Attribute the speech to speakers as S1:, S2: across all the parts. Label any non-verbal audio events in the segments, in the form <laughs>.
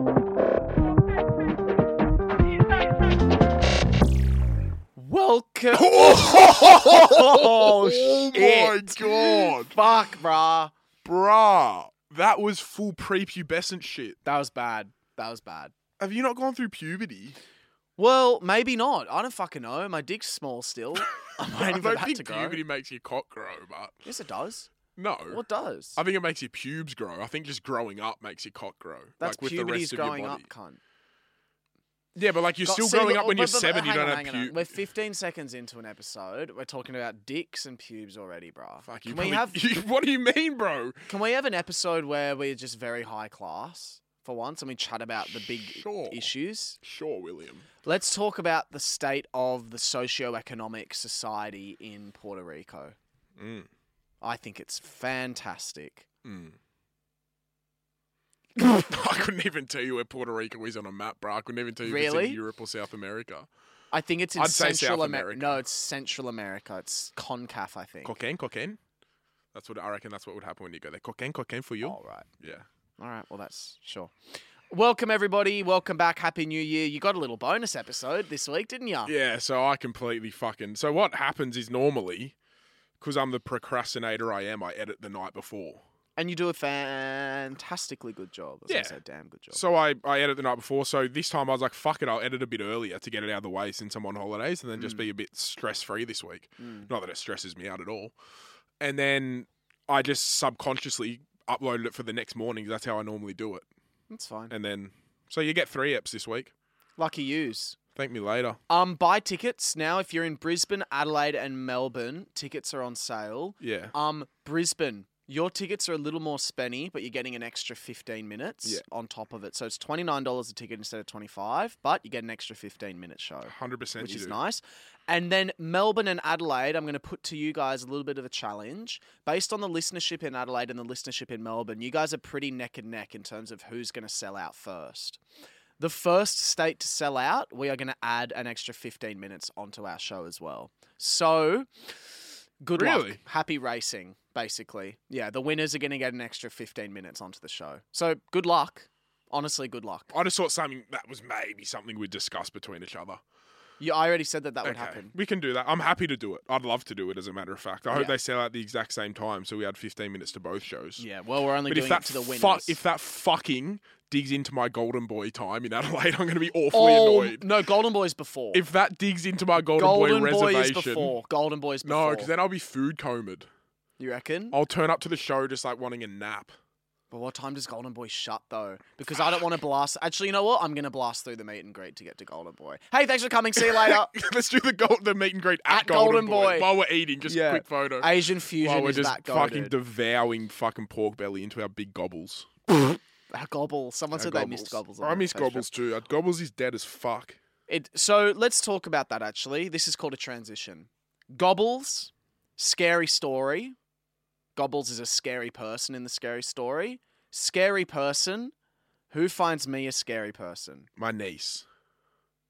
S1: <laughs> could.
S2: oh,
S1: <laughs> Oh my
S2: shit.
S1: god,
S2: Fuck, brah.
S1: bruh, that was full prepubescent shit.
S2: That was bad. That was bad.
S1: Have you not gone through puberty?
S2: Well, maybe not. I don't fucking know. My dick's small
S1: <laughs>
S2: still. I'm
S1: I
S2: waiting for
S1: don't
S2: that
S1: think
S2: to grow.
S1: puberty makes your cock grow, but
S2: Yes, it does.
S1: no.
S2: What does?
S1: I think it makes your pubes grow. I think just growing up makes your cock grow.
S2: That's
S1: like with the
S2: puberty's
S1: rest of your
S2: growing up,
S1: body.
S2: cunt.
S1: Yeah, but like you're
S2: Got-
S1: still
S2: see,
S1: growing
S2: look,
S1: up when
S2: but-
S1: you're
S2: but-
S1: seven. You
S2: hang
S1: don't
S2: on,
S1: have
S2: hang on.
S1: pubes.
S2: We're 15 seconds into an episode. We're talking about dicks and pubes already, brah.
S1: Fuck <laughs> you.
S2: can we have
S1: probably- what do you mean, bro?
S2: Can we have an episode where we're just very high class for once and we chat about the big
S1: Sure.
S2: issues?
S1: Sure, William.
S2: Let's talk about the state of the socioeconomic society in Puerto Rico.
S1: Mm.
S2: I think it's fantastic.
S1: Mm. <laughs> I couldn't even tell you where Puerto Rico is on a map, bro. I couldn't even tell you if it's
S2: Really?
S1: in Europe or South America.
S2: I think it's in
S1: I'd say
S2: Central
S1: South
S2: Amer-
S1: America.
S2: No, it's Central America. It's CONCAF, I think.
S1: Cocaine, cocaine. That's what I reckon. That's what would happen when you go there. Cocaine, cocaine for you.
S2: All right.
S1: Yeah.
S2: All right. Well, that's sure. Welcome, everybody. Welcome back. Happy New Year. You got a little bonus episode this week, didn't you?
S1: Yeah. So I completely fucking. So what happens is normally, because I'm the procrastinator I am, I edit the night before.
S2: And you do a fantastically good job. I
S1: Yeah.
S2: was going damn good job.
S1: So I, I edit the night before. So this time I was like, fuck it, I'll edit a bit earlier to get it out of the way since I'm on holidays and then just
S2: Mm.
S1: be a bit stress free this week.
S2: Mm.
S1: Not that it stresses me out at all. And then I just subconsciously uploaded it for the next morning. That's how I normally do it.
S2: That's fine.
S1: And then, so you get three eps this week.
S2: Lucky yous.
S1: Thank me later.
S2: Um, buy tickets now if you're in Brisbane, Adelaide, and Melbourne. Tickets are on sale.
S1: Yeah.
S2: Um, Brisbane, your tickets are a little more spenny, but you're getting an extra 15 minutes
S1: Yeah.
S2: on top of it. So it's $29 a ticket instead of 25, but you get an extra 15 minute show,
S1: 100%
S2: which
S1: you
S2: is
S1: do.
S2: nice. And then Melbourne and Adelaide, I'm going to put to you guys a little bit of a challenge based on the listenership in Adelaide and the listenership in Melbourne. You guys are pretty neck and neck in terms of who's going to sell out first. The first state to sell out, we are going to add an extra 15 minutes onto our show as well. So, good luck.
S1: Really?
S2: Happy racing, basically. Yeah, the winners are going to get an extra 15 minutes onto the show. So, good luck. Honestly, good luck.
S1: I just thought something that was maybe something we'd discuss between each other.
S2: You, I already said that that would happen.
S1: We can do that. I'm happy to do it. I'd love to do it, as a matter of fact. I hope
S2: Yeah.
S1: they sell out the exact same time so we had 15 minutes to both shows.
S2: Yeah, well, we're only
S1: But
S2: doing
S1: if that
S2: it to the
S1: fu-
S2: winners.
S1: if that fucking digs into my golden boy time in Adelaide, <laughs> I'm going to be awfully
S2: oh,
S1: annoyed.
S2: no, Golden Boy's before.
S1: If that digs into my golden,
S2: Golden
S1: boy,
S2: Boy is
S1: reservation,
S2: before. Golden Boy's before.
S1: no, Oh. because then I'll be food comed.
S2: you reckon?
S1: I'll turn up to the show just like wanting a nap. <laughs>
S2: But what time does Golden Boy shut though? Because I don't want to blast. Actually, you know what? I'm gonna blast through the meet and greet to get to Golden Boy. Hey, thanks for coming. See you
S1: <laughs>
S2: later.
S1: Let's do the gold, the meet and greet at,
S2: At Golden Boy.
S1: while we're eating. Just
S2: Yeah.
S1: a quick photo.
S2: Asian
S1: while
S2: fusion
S1: we're
S2: is
S1: just
S2: that
S1: fucking
S2: goaded.
S1: devouring fucking pork belly into our big gobbles.
S2: Ah, gobble. Someone
S1: Our
S2: said they missed gobbles. on
S1: I
S2: their
S1: miss
S2: first trip.
S1: gobbles too. Uh, Gobbles is dead as fuck.
S2: It, so let's talk about that. Actually, this is called a transition. Gobbles, scary story. Gobbles is a scary person in the scary story. Scary person. Who finds me a scary person?
S1: My niece.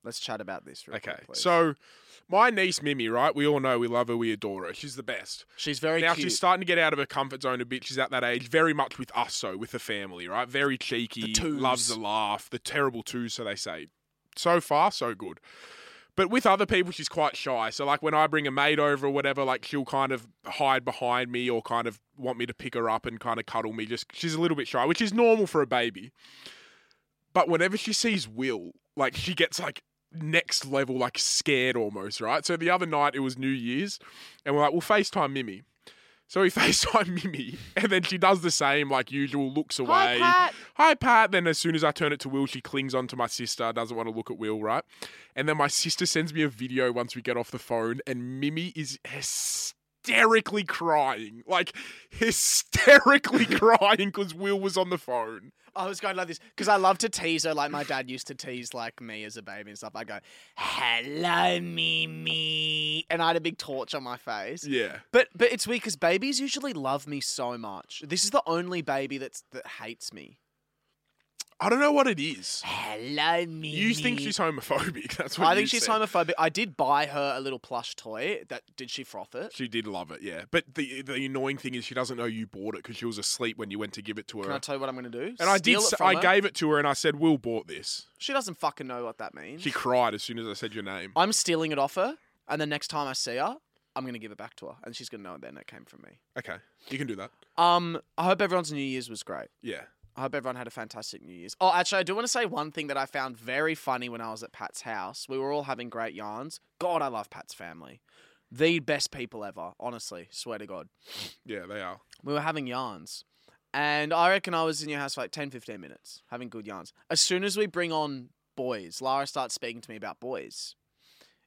S2: Let's chat about this. Real
S1: Okay,
S2: quick, please.
S1: so my niece Mimi, right? We all know we love her, we adore her. She's the best.
S2: she's very
S1: now
S2: cute.
S1: she's starting to get out of her comfort zone a bit. She's at that age, very much with us, so with the family, right? Very cheeky,
S2: twos.
S1: loves a laugh, the terrible two, so they say. So far, so good. But with other people, she's quite shy. So, like, when I bring a mate over or whatever, like, she'll kind of hide behind me or kind of want me to pick her up and kind of cuddle me. Just she's a little bit shy, which is normal for a baby. But whenever she sees Will, like, she gets like next level, like scared almost, right? So the other night it was New Year's, and we're like, we'll FaceTime Mimi. So we <laughs> FaceTime Mimi, and then she does the same, like usual, looks away.
S2: Pat.
S1: Hi, Pat. Then as soon as I turn it to Will, she clings onto my sister, doesn't want to look at Will, right? And then my sister sends me a video once we get off the phone, and Mimi is hysterically crying. Like, hysterically <laughs> crying because Will was on the phone.
S2: I was going like this because I love to tease her, like my dad used to tease like me as a baby and stuff. I go, "Hello, Mimi," and I had a big torch on my face.
S1: Yeah.
S2: But but it's weird because babies usually love me so much. This is the only baby that's that hates me.
S1: I don't know what it is.
S2: Hello, Mimi.
S1: You think she's homophobic. <laughs> That's what
S2: I think
S1: you
S2: she's
S1: said.
S2: homophobic. I did buy her a little plush toy. That did she froth it?
S1: She did love it, yeah. But the the annoying thing is she doesn't know you bought it because she was asleep when you went to give it to her.
S2: Can I tell you what I'm going to do?
S1: and I did.
S2: Steal
S1: s-
S2: It from
S1: I
S2: her.
S1: gave it to her, and I said, "Will bought this."
S2: <laughs> She doesn't fucking know what that means.
S1: She cried as soon as I said your name.
S2: I'm stealing it off her. And the next time I see her, I'm gonna give it back to her, and she's gonna know then it came from me.
S1: Okay, you can do that.
S2: Um, I hope everyone's New Year's was great.
S1: Yeah.
S2: I hope everyone had a fantastic New Year's. Oh, actually, I do want to say one thing that I found very funny when I was at Pat's house. We were all having great yarns. God, I love Pat's family. The best people ever, honestly. Swear to God.
S1: Yeah, they are. <laughs>
S2: We were having yarns. And I reckon I was in your house for like 10, 15 minutes having good yarns. As soon as we bring on boys, Lara starts speaking to me about boys.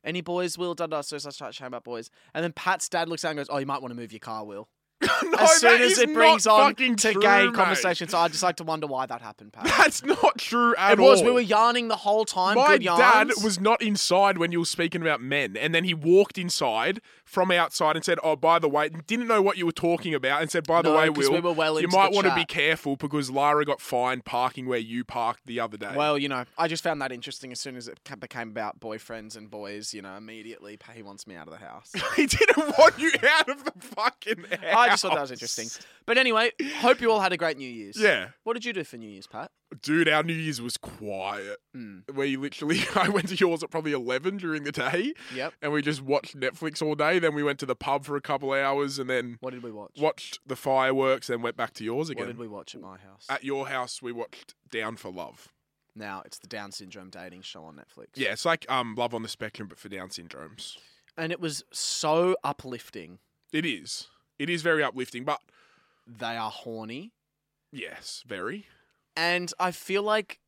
S2: Any boys, Will, da da. So I start chatting about boys. And then Pat's dad looks out and goes, Oh, you might want to move your car, Will
S1: no,
S2: as
S1: that
S2: soon as
S1: is
S2: it brings
S1: not
S2: on
S1: fucking
S2: to
S1: true,
S2: gay
S1: mate.
S2: conversation. So I just like to wonder why that happened, Pat.
S1: <laughs> That's not true at
S2: it was.
S1: all.
S2: We were yarning the whole time.
S1: My
S2: good yarns.
S1: dad was not inside when you were speaking about men, and then he walked inside from outside and said, "Oh, by the way," and didn't know what you were talking about, and said, "By the
S2: No,
S1: way,
S2: 'cause
S1: Will,
S2: we were well
S1: you
S2: into
S1: might
S2: the
S1: want to be
S2: chat.
S1: careful because Lara got fined parking where you parked the other <laughs> day."
S2: Well, you know, I just found that interesting. As soon as it ca- became about boyfriends and boys, you know, immediately he wants me out of the house.
S1: <laughs> he didn't want you out of the fucking house.
S2: I just thought that was interesting. But anyway, hope you all had a great New Year's.
S1: Yeah,
S2: What did you do for New Year's, Pat?
S1: dude, our New Year's was quiet.
S2: Mm.
S1: We literally, <laughs> I went to yours at probably eleven during the day,
S2: Yep.
S1: and we just watched Netflix all day. Then we went to the pub for a couple hours, and then
S2: What did we watch?
S1: watched the fireworks, then went back to yours
S2: What
S1: again.
S2: did we watch at my house?
S1: At your house, we watched Down for Love.
S2: now it's the Down syndrome dating show on Netflix.
S1: Yeah, it's like um, Love on the Spectrum, but for Down syndromes.
S2: And it was so uplifting.
S1: It is. It is very uplifting, but
S2: They are horny.
S1: yes, very.
S2: and I feel like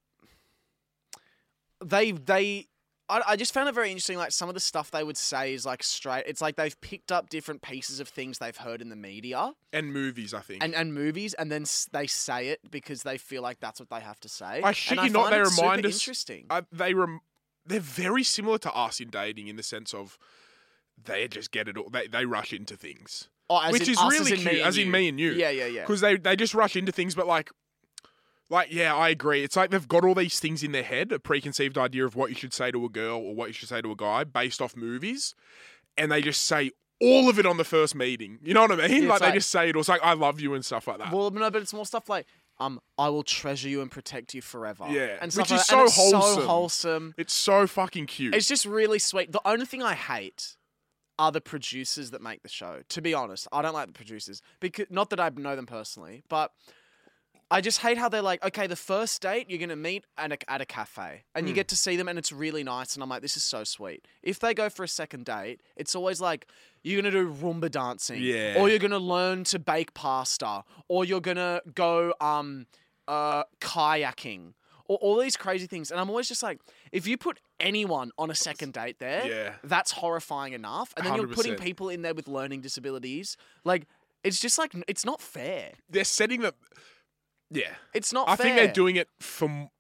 S2: they they I, I just found it very interesting. Like some of the stuff they would say is like straight. It's like they've picked up different pieces of things they've heard in the media
S1: And movies, I think.
S2: and and movies, and then s- they say it because they feel like that's what they have to say.
S1: I shit
S2: and
S1: you not,
S2: find
S1: they
S2: it super
S1: remind us-
S2: Interesting.
S1: uh, they rem- they're very similar to us in dating in the sense of they just get it all. They, they rush into things.
S2: oh, as
S1: which
S2: in
S1: is
S2: us, as
S1: really
S2: in
S1: cute,
S2: Me and
S1: as in
S2: you.
S1: me and you.
S2: Yeah, yeah, yeah.
S1: Because they, they just rush into things, but like, like yeah, I agree. It's like they've got all these things in their head, a preconceived idea of what you should say to a girl or what you should say to a guy based off movies, and they just say all of it on the first meeting. You know what I mean?
S2: It's
S1: like,
S2: like-
S1: they just say it. Or it's like I love you and stuff like that.
S2: Well, no, but it's more stuff like um, I will treasure you and protect you forever.
S1: Yeah,
S2: and
S1: which
S2: stuff
S1: is
S2: like that. And
S1: so
S2: it's
S1: wholesome.
S2: So wholesome.
S1: it's so fucking cute.
S2: It's just really sweet. The only thing I hate are the producers that make the show. To be honest, I don't like the producers because not that I know them personally, but I just hate how they're like, okay, the first date you're gonna meet at a, at a cafe and you get to see them and it's really nice and I'm like, this is so sweet. If they go for a second date, it's always like you're gonna do rumba dancing,
S1: Yeah.
S2: or you're gonna learn to bake pasta, or you're gonna go um uh kayaking. Or all these crazy things, and I'm always just like, if you put anyone on a second date there,
S1: Yeah.
S2: that's horrifying enough. And then you are putting
S1: 100%.
S2: people in there with learning disabilities, like it's just like it's not fair.
S1: they're setting the. Yeah,
S2: It's not.
S1: I
S2: fair.
S1: think they're doing it for.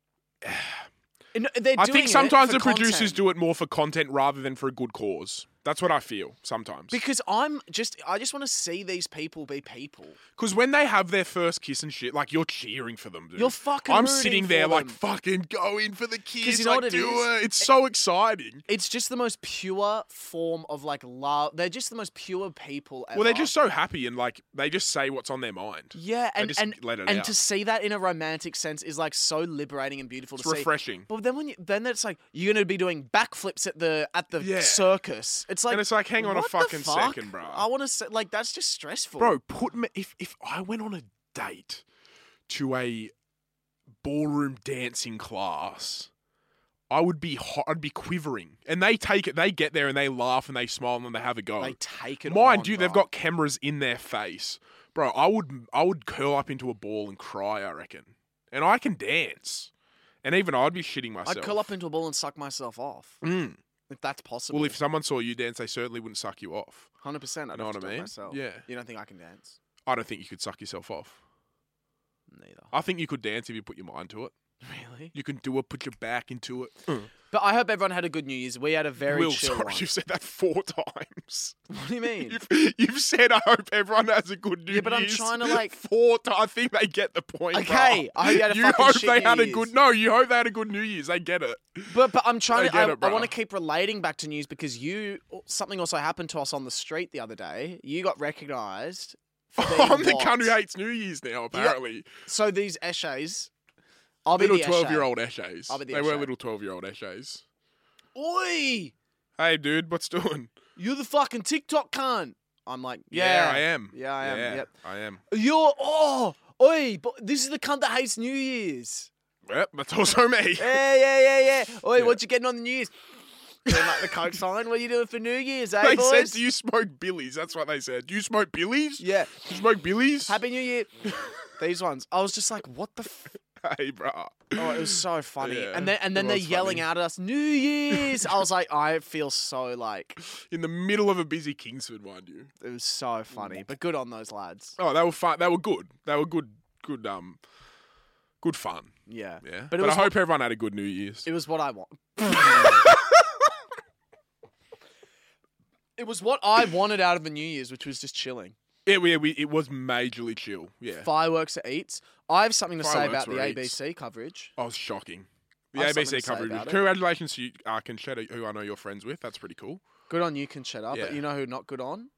S2: No, they're
S1: I
S2: doing
S1: think
S2: it
S1: sometimes
S2: for
S1: the producers
S2: content.
S1: do it more for content rather than for a good cause. That's what I feel sometimes.
S2: because I'm just I just want to see these people be people.
S1: Because when they have their first kiss and shit, like you're cheering for them, dude.
S2: You're fucking.
S1: I'm
S2: rooting
S1: sitting
S2: for
S1: there like
S2: them.
S1: fucking going for the kiss.
S2: you know
S1: like,
S2: what it
S1: do
S2: is?
S1: It. It's so exciting.
S2: it's just the most pure form of like love. They're just the most pure people. Ever.
S1: Well, they're just so happy and like they just say what's on their mind.
S2: yeah,
S1: They
S2: and
S1: just
S2: and
S1: let it
S2: and
S1: out.
S2: to see that in a romantic sense is like so liberating and beautiful
S1: it's
S2: to see.
S1: refreshing.
S2: But then when you, then it's like you're gonna be doing backflips at the at the
S1: Yeah.
S2: circus. It's like
S1: and it's like, hang on a
S2: what the
S1: fucking
S2: fuck?
S1: second, bro.
S2: I want to say like that's just stressful,
S1: Bro, put me if if I went on a date to a ballroom dancing class, I would be hot. I'd be quivering. And they take it. They get there and they laugh and they smile and then they have a go.
S2: They take it.
S1: Mind
S2: on,
S1: you, they've
S2: bro.
S1: got cameras in their face, bro. I would I would curl up into a ball and cry. I reckon, and I can dance, and even I'd be shitting myself.
S2: I'd curl up into a ball and suck myself off
S1: Mm.
S2: if that's possible.
S1: Well, if someone saw you dance, they certainly wouldn't suck you off.
S2: hundred percent, I
S1: know what I mean?
S2: Myself.
S1: Yeah,
S2: You don't think I can dance?
S1: I don't think you could suck yourself off.
S2: Neither. <laughs>
S1: I think you could dance if you put your mind to it.
S2: Really?
S1: You can do it. Put your back into it. Mm.
S2: But I hope everyone had a good New Year's. We had a very
S1: Will,
S2: chill
S1: sorry,
S2: one.
S1: you've said that four times.
S2: <laughs> What do you mean?
S1: You've, you've said I hope everyone has a good New
S2: Yeah, but I'm
S1: Year's
S2: trying to, like-
S1: four. ti- I think they get the point.
S2: Okay,
S1: bruh.
S2: I hope you had a fucking
S1: hope
S2: shit
S1: they
S2: New
S1: had a
S2: Year's.
S1: good. No, you hope they had a good New Year's. They get it.
S2: But but I'm
S1: I
S2: trying to.
S1: get
S2: I,
S1: it,
S2: I want to
S1: bruh.
S2: keep relating back to news because you something also happened to us on the street the other day. You got recognised. for being
S1: <laughs> I'm the
S2: what?
S1: cunt who hates New Year's now. Apparently,
S2: So these eshays, I'll be
S1: little
S2: the
S1: twelve-year-old eshays.
S2: I'll be the
S1: they were
S2: Eshay.
S1: little twelve-year-old eshays.
S2: Oi!
S1: Hey, dude, what's doing?
S2: You're the fucking TikTok cunt. I'm like,
S1: Yeah,
S2: yeah,
S1: I am.
S2: Yeah, I am. Yep.
S1: I am.
S2: You're oh, oi, but this is the cunt that hates New
S1: <laughs>
S2: Year's.
S1: Yep, that's
S2: <laughs>
S1: also me.
S2: Yeah, yeah, yeah, yeah. Oi,
S1: Yeah.
S2: what you getting on the New Year's? Doing like the coke sign. What are you doing for New Year's, eh,
S1: they
S2: boys?
S1: said, "Do you smoke billies?" That's what they said. Do you smoke billies?
S2: yeah.
S1: Do you smoke billies?
S2: Happy New Year. These ones. I was just like, what the. F-?
S1: <laughs> hey, bruh.
S2: Oh, it was so funny.
S1: Yeah,
S2: and then and then
S1: it
S2: they're
S1: was
S2: yelling
S1: funny.
S2: out at us, New Year's. I was like, I feel so like
S1: in the middle of a busy Kingsford, mind you.
S2: it was so funny, but good on those lads.
S1: Oh, they were fun. They were good. They were good. Good. Um, good fun.
S2: Yeah,
S1: Yeah.
S2: But
S1: But,
S2: it was
S1: I hope everyone had a good New Year's.
S2: it was what I want. it was what I wanted out of a New Year's, which was just chilling.
S1: It, we, we, it was majorly chill. Yeah.
S2: Fireworks at Eats. I have something to say
S1: Fireworks
S2: about the
S1: were Eats.
S2: ABC coverage.
S1: I was shocking. The
S2: I have something
S1: ABC
S2: to say
S1: coverage.
S2: about it.
S1: Congratulations to you, uh, Conchetta, who I know you're friends with. That's pretty cool.
S2: Good on you, Conchetta.
S1: Yeah.
S2: But you know who not good on?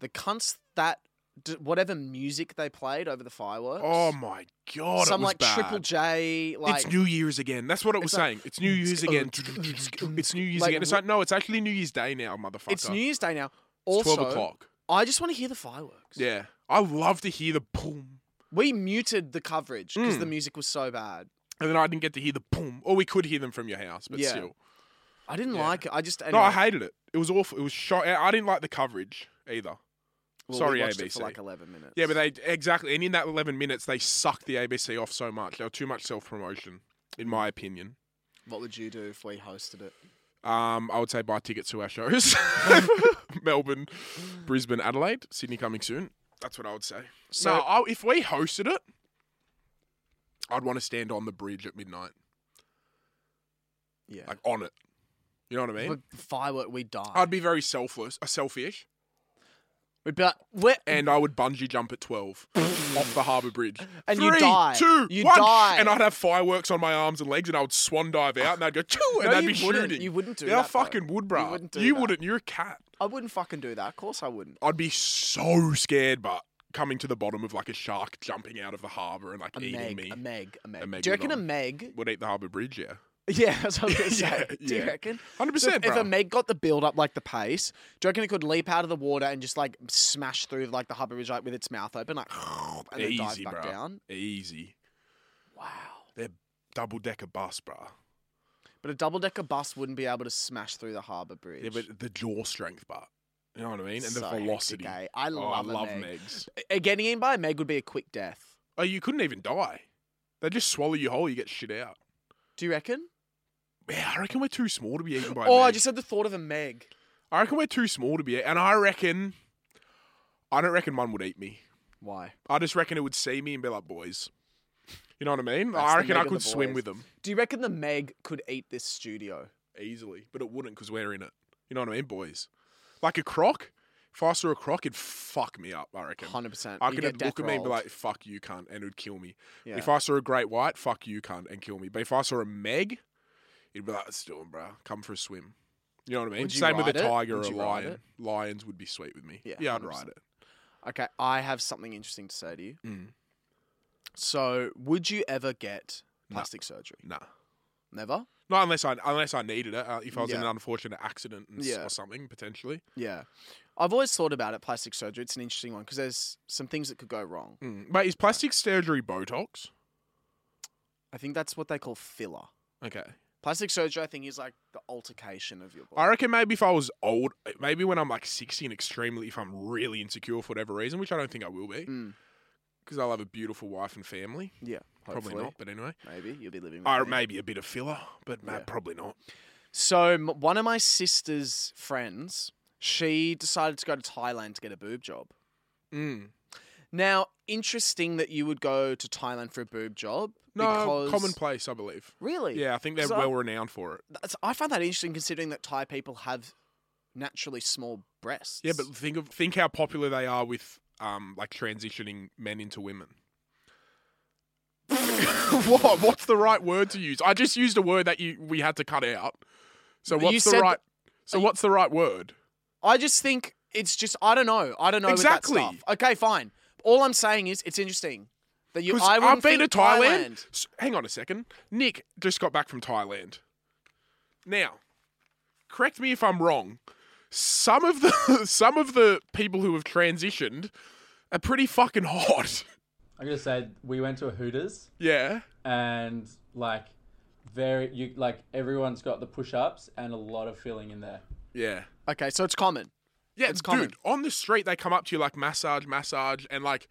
S2: The cunts that d- whatever music they played over the fireworks.
S1: Oh my god,
S2: some
S1: it was
S2: like
S1: bad.
S2: Triple J, like
S1: it's New Year's again. That's what it was
S2: It's oh, like,
S1: saying. It's New Year's again. It's New Year's
S2: Like,
S1: again. It's like no, it's actually New Year's Day now, motherfucker.
S2: it's New Year's Day now.
S1: It's
S2: Also,
S1: twelve o'clock.
S2: I just want to hear the fireworks.
S1: Yeah, I love to hear the boom,
S2: We muted the coverage because the
S1: Mm.
S2: music was so bad.
S1: and then I didn't get to hear the boom, or we could hear them from your house, but
S2: Yeah.
S1: still.
S2: I didn't
S1: Yeah.
S2: like it. I just
S1: No,
S2: anyway,
S1: I hated it. It was awful. It was shot. I didn't like the coverage either.
S2: well, we
S1: sorry,
S2: watched it for
S1: ABC.
S2: like eleven minutes.
S1: Yeah, but they exactly, and in that eleven minutes, they sucked the ABC off so much. There was too much self promotion, in my opinion.
S2: what would you do if we hosted it?
S1: Um, I would say buy tickets to
S2: <laughs>
S1: our shows: <laughs> Melbourne, Brisbane, Adelaide, Sydney coming soon. That's what I would say.
S2: So
S1: So I, if we hosted it, I'd want to stand on the bridge at midnight,
S2: yeah,
S1: like on it. You know what I mean?
S2: But firework, we die.
S1: I'd be very selfless, uh, selfish,
S2: We'd be like, we're,
S1: and I would bungee jump
S2: <laughs>
S1: at twelve off the harbour bridge.
S2: And you
S1: Three,
S2: die.
S1: two,
S2: You
S1: one.
S2: die.
S1: and I'd have fireworks on my arms and legs, and I would swan dive out, and they'd go choo, and
S2: no,
S1: they'd
S2: you
S1: be
S2: wouldn't.
S1: shooting.
S2: You wouldn't do
S1: yeah, I
S2: that. though.
S1: fucking would, bro.
S2: wouldn't do
S1: you
S2: that.
S1: wouldn't. You're a cat.
S2: I wouldn't fucking do that. Of course, I wouldn't.
S1: I'd be so scared, but coming to the bottom of like a shark jumping out of the harbour and like
S2: A
S1: eating
S2: meg,
S1: me
S2: a meg, a meg.
S1: meg
S2: do you
S1: would
S2: reckon a
S1: on.
S2: meg? <laughs>
S1: would eat the harbour bridge. Yeah,
S2: Yeah, that's what I was gonna say.
S1: <laughs> Yeah,
S2: Do you
S1: yeah.
S2: reckon?
S1: hundred
S2: So
S1: percent,
S2: if, if a
S1: <sighs> bro.
S2: Meg got the build up like the pace, do you reckon it could leap out of the water and just like smash through like the harbour bridge like with its mouth open, like and then dive
S1: Easy,
S2: back
S1: bruh.
S2: down?
S1: Easy
S2: Wow.
S1: double decker bus, bro.
S2: But a double decker bus wouldn't be able to smash through the harbour bridge.
S1: Yeah, but the jaw strength, but you know what I mean, and the
S2: So hectic,
S1: velocity.
S2: eh? I
S1: Oh,
S2: love,
S1: I love
S2: a meg.
S1: Megs.
S2: Uh, Getting in by a Meg would be a quick death.
S1: Oh, you couldn't even die. They just swallow you whole. You get shit out.
S2: Do you reckon?
S1: Yeah, I reckon we're too small to be eaten by. a
S2: oh, I
S1: Meg.
S2: just had the thought of a Meg.
S1: I reckon we're too small to be. e, And I reckon, I don't reckon one would eat me.
S2: Why?
S1: I just reckon it would see me and be like, boys. You know what I mean?
S2: That's
S1: I
S2: the
S1: reckon
S2: meg
S1: I
S2: of the
S1: could swim
S2: boys.
S1: with them
S2: Do you reckon the Meg could eat this studio?
S1: easily, but it wouldn't because we're in it. You know what I mean, boys? Like a croc. If I saw a croc, it'd fuck me up, I reckon.
S2: Hundred percent.
S1: I could look at me and be like, fuck you, cunt, and it would kill me.
S2: yeah.
S1: If I saw a great white, fuck you, cunt, and kill me. But if I saw a meg, it'd be like, it's doing, bro. Come for a swim. You know what I mean?
S2: Would you
S1: Same with a
S2: ride it?
S1: tiger
S2: Would
S1: or a
S2: you ride
S1: lion.
S2: it?
S1: Lions would be sweet with me.
S2: Yeah,
S1: Yeah, I'd ride
S2: 100%.
S1: it.
S2: Okay, I have something interesting to say to you.
S1: Mm.
S2: So, would you ever get
S1: No.
S2: plastic surgery?
S1: Nah.
S2: Never.
S1: Not unless I unless I needed it. Uh, if I was in
S2: Yeah.
S1: an unfortunate accident and s-
S2: Yeah.
S1: or something potentially.
S2: Yeah, I've always thought about it. Plastic surgery. It's an interesting one because there's some things that could go wrong.
S1: Mm. But is plastic surgery Botox?
S2: I think that's what they call filler.
S1: Okay.
S2: Plastic surgery, I think, is like the altercation of your body.
S1: I reckon maybe if I was old, maybe when I'm like 60 and extremely, if I'm really insecure for whatever reason, which I don't think I will be,
S2: Mm,
S1: because I'll have a beautiful wife and family.
S2: hopefully,
S1: Probably not, but anyway.
S2: Maybe you'll be living. With
S1: I
S2: me.
S1: maybe a bit of filler, but ma-
S2: Yeah.
S1: probably not.
S2: So m- one of my sister's friends, she decided to go to Thailand to get a boob job.
S1: Mm.
S2: Now, interesting that you would go to Thailand for a boob job.
S1: No,
S2: because...
S1: commonplace, I believe.
S2: Really?
S1: Yeah, I think they're
S2: So-
S1: well renowned for it.
S2: That's, I find that interesting considering that Thai people have naturally small breasts.
S1: Yeah, but think of think how popular they are with um like transitioning men into women. <laughs> what? What's the right word to use? I just used a word that you we had to cut out. So
S2: You
S1: what's
S2: said
S1: the
S2: that-
S1: right? So what's the right word?
S2: I just think it's just I don't know. I don't know
S1: Exactly.
S2: with that stuff. Okay, fine. All I'm saying is it's interesting that you.
S1: 'Cause
S2: I wouldn't
S1: I've been to
S2: think
S1: Thailand. S- Hang on a second. Nick just got back from Thailand. Now, correct me if I'm wrong. some of the <laughs> some of the people who have transitioned are pretty fucking hot. <laughs>
S3: I'm gonna say we went to a Hooters
S1: Yeah.
S3: and like very you like everyone's got the push ups and a lot of filling in there.
S1: Yeah.
S2: Okay, so it's common.
S1: Yeah,
S2: It's
S1: dude,
S2: common.
S1: on the street they come up to you like massage, massage, and like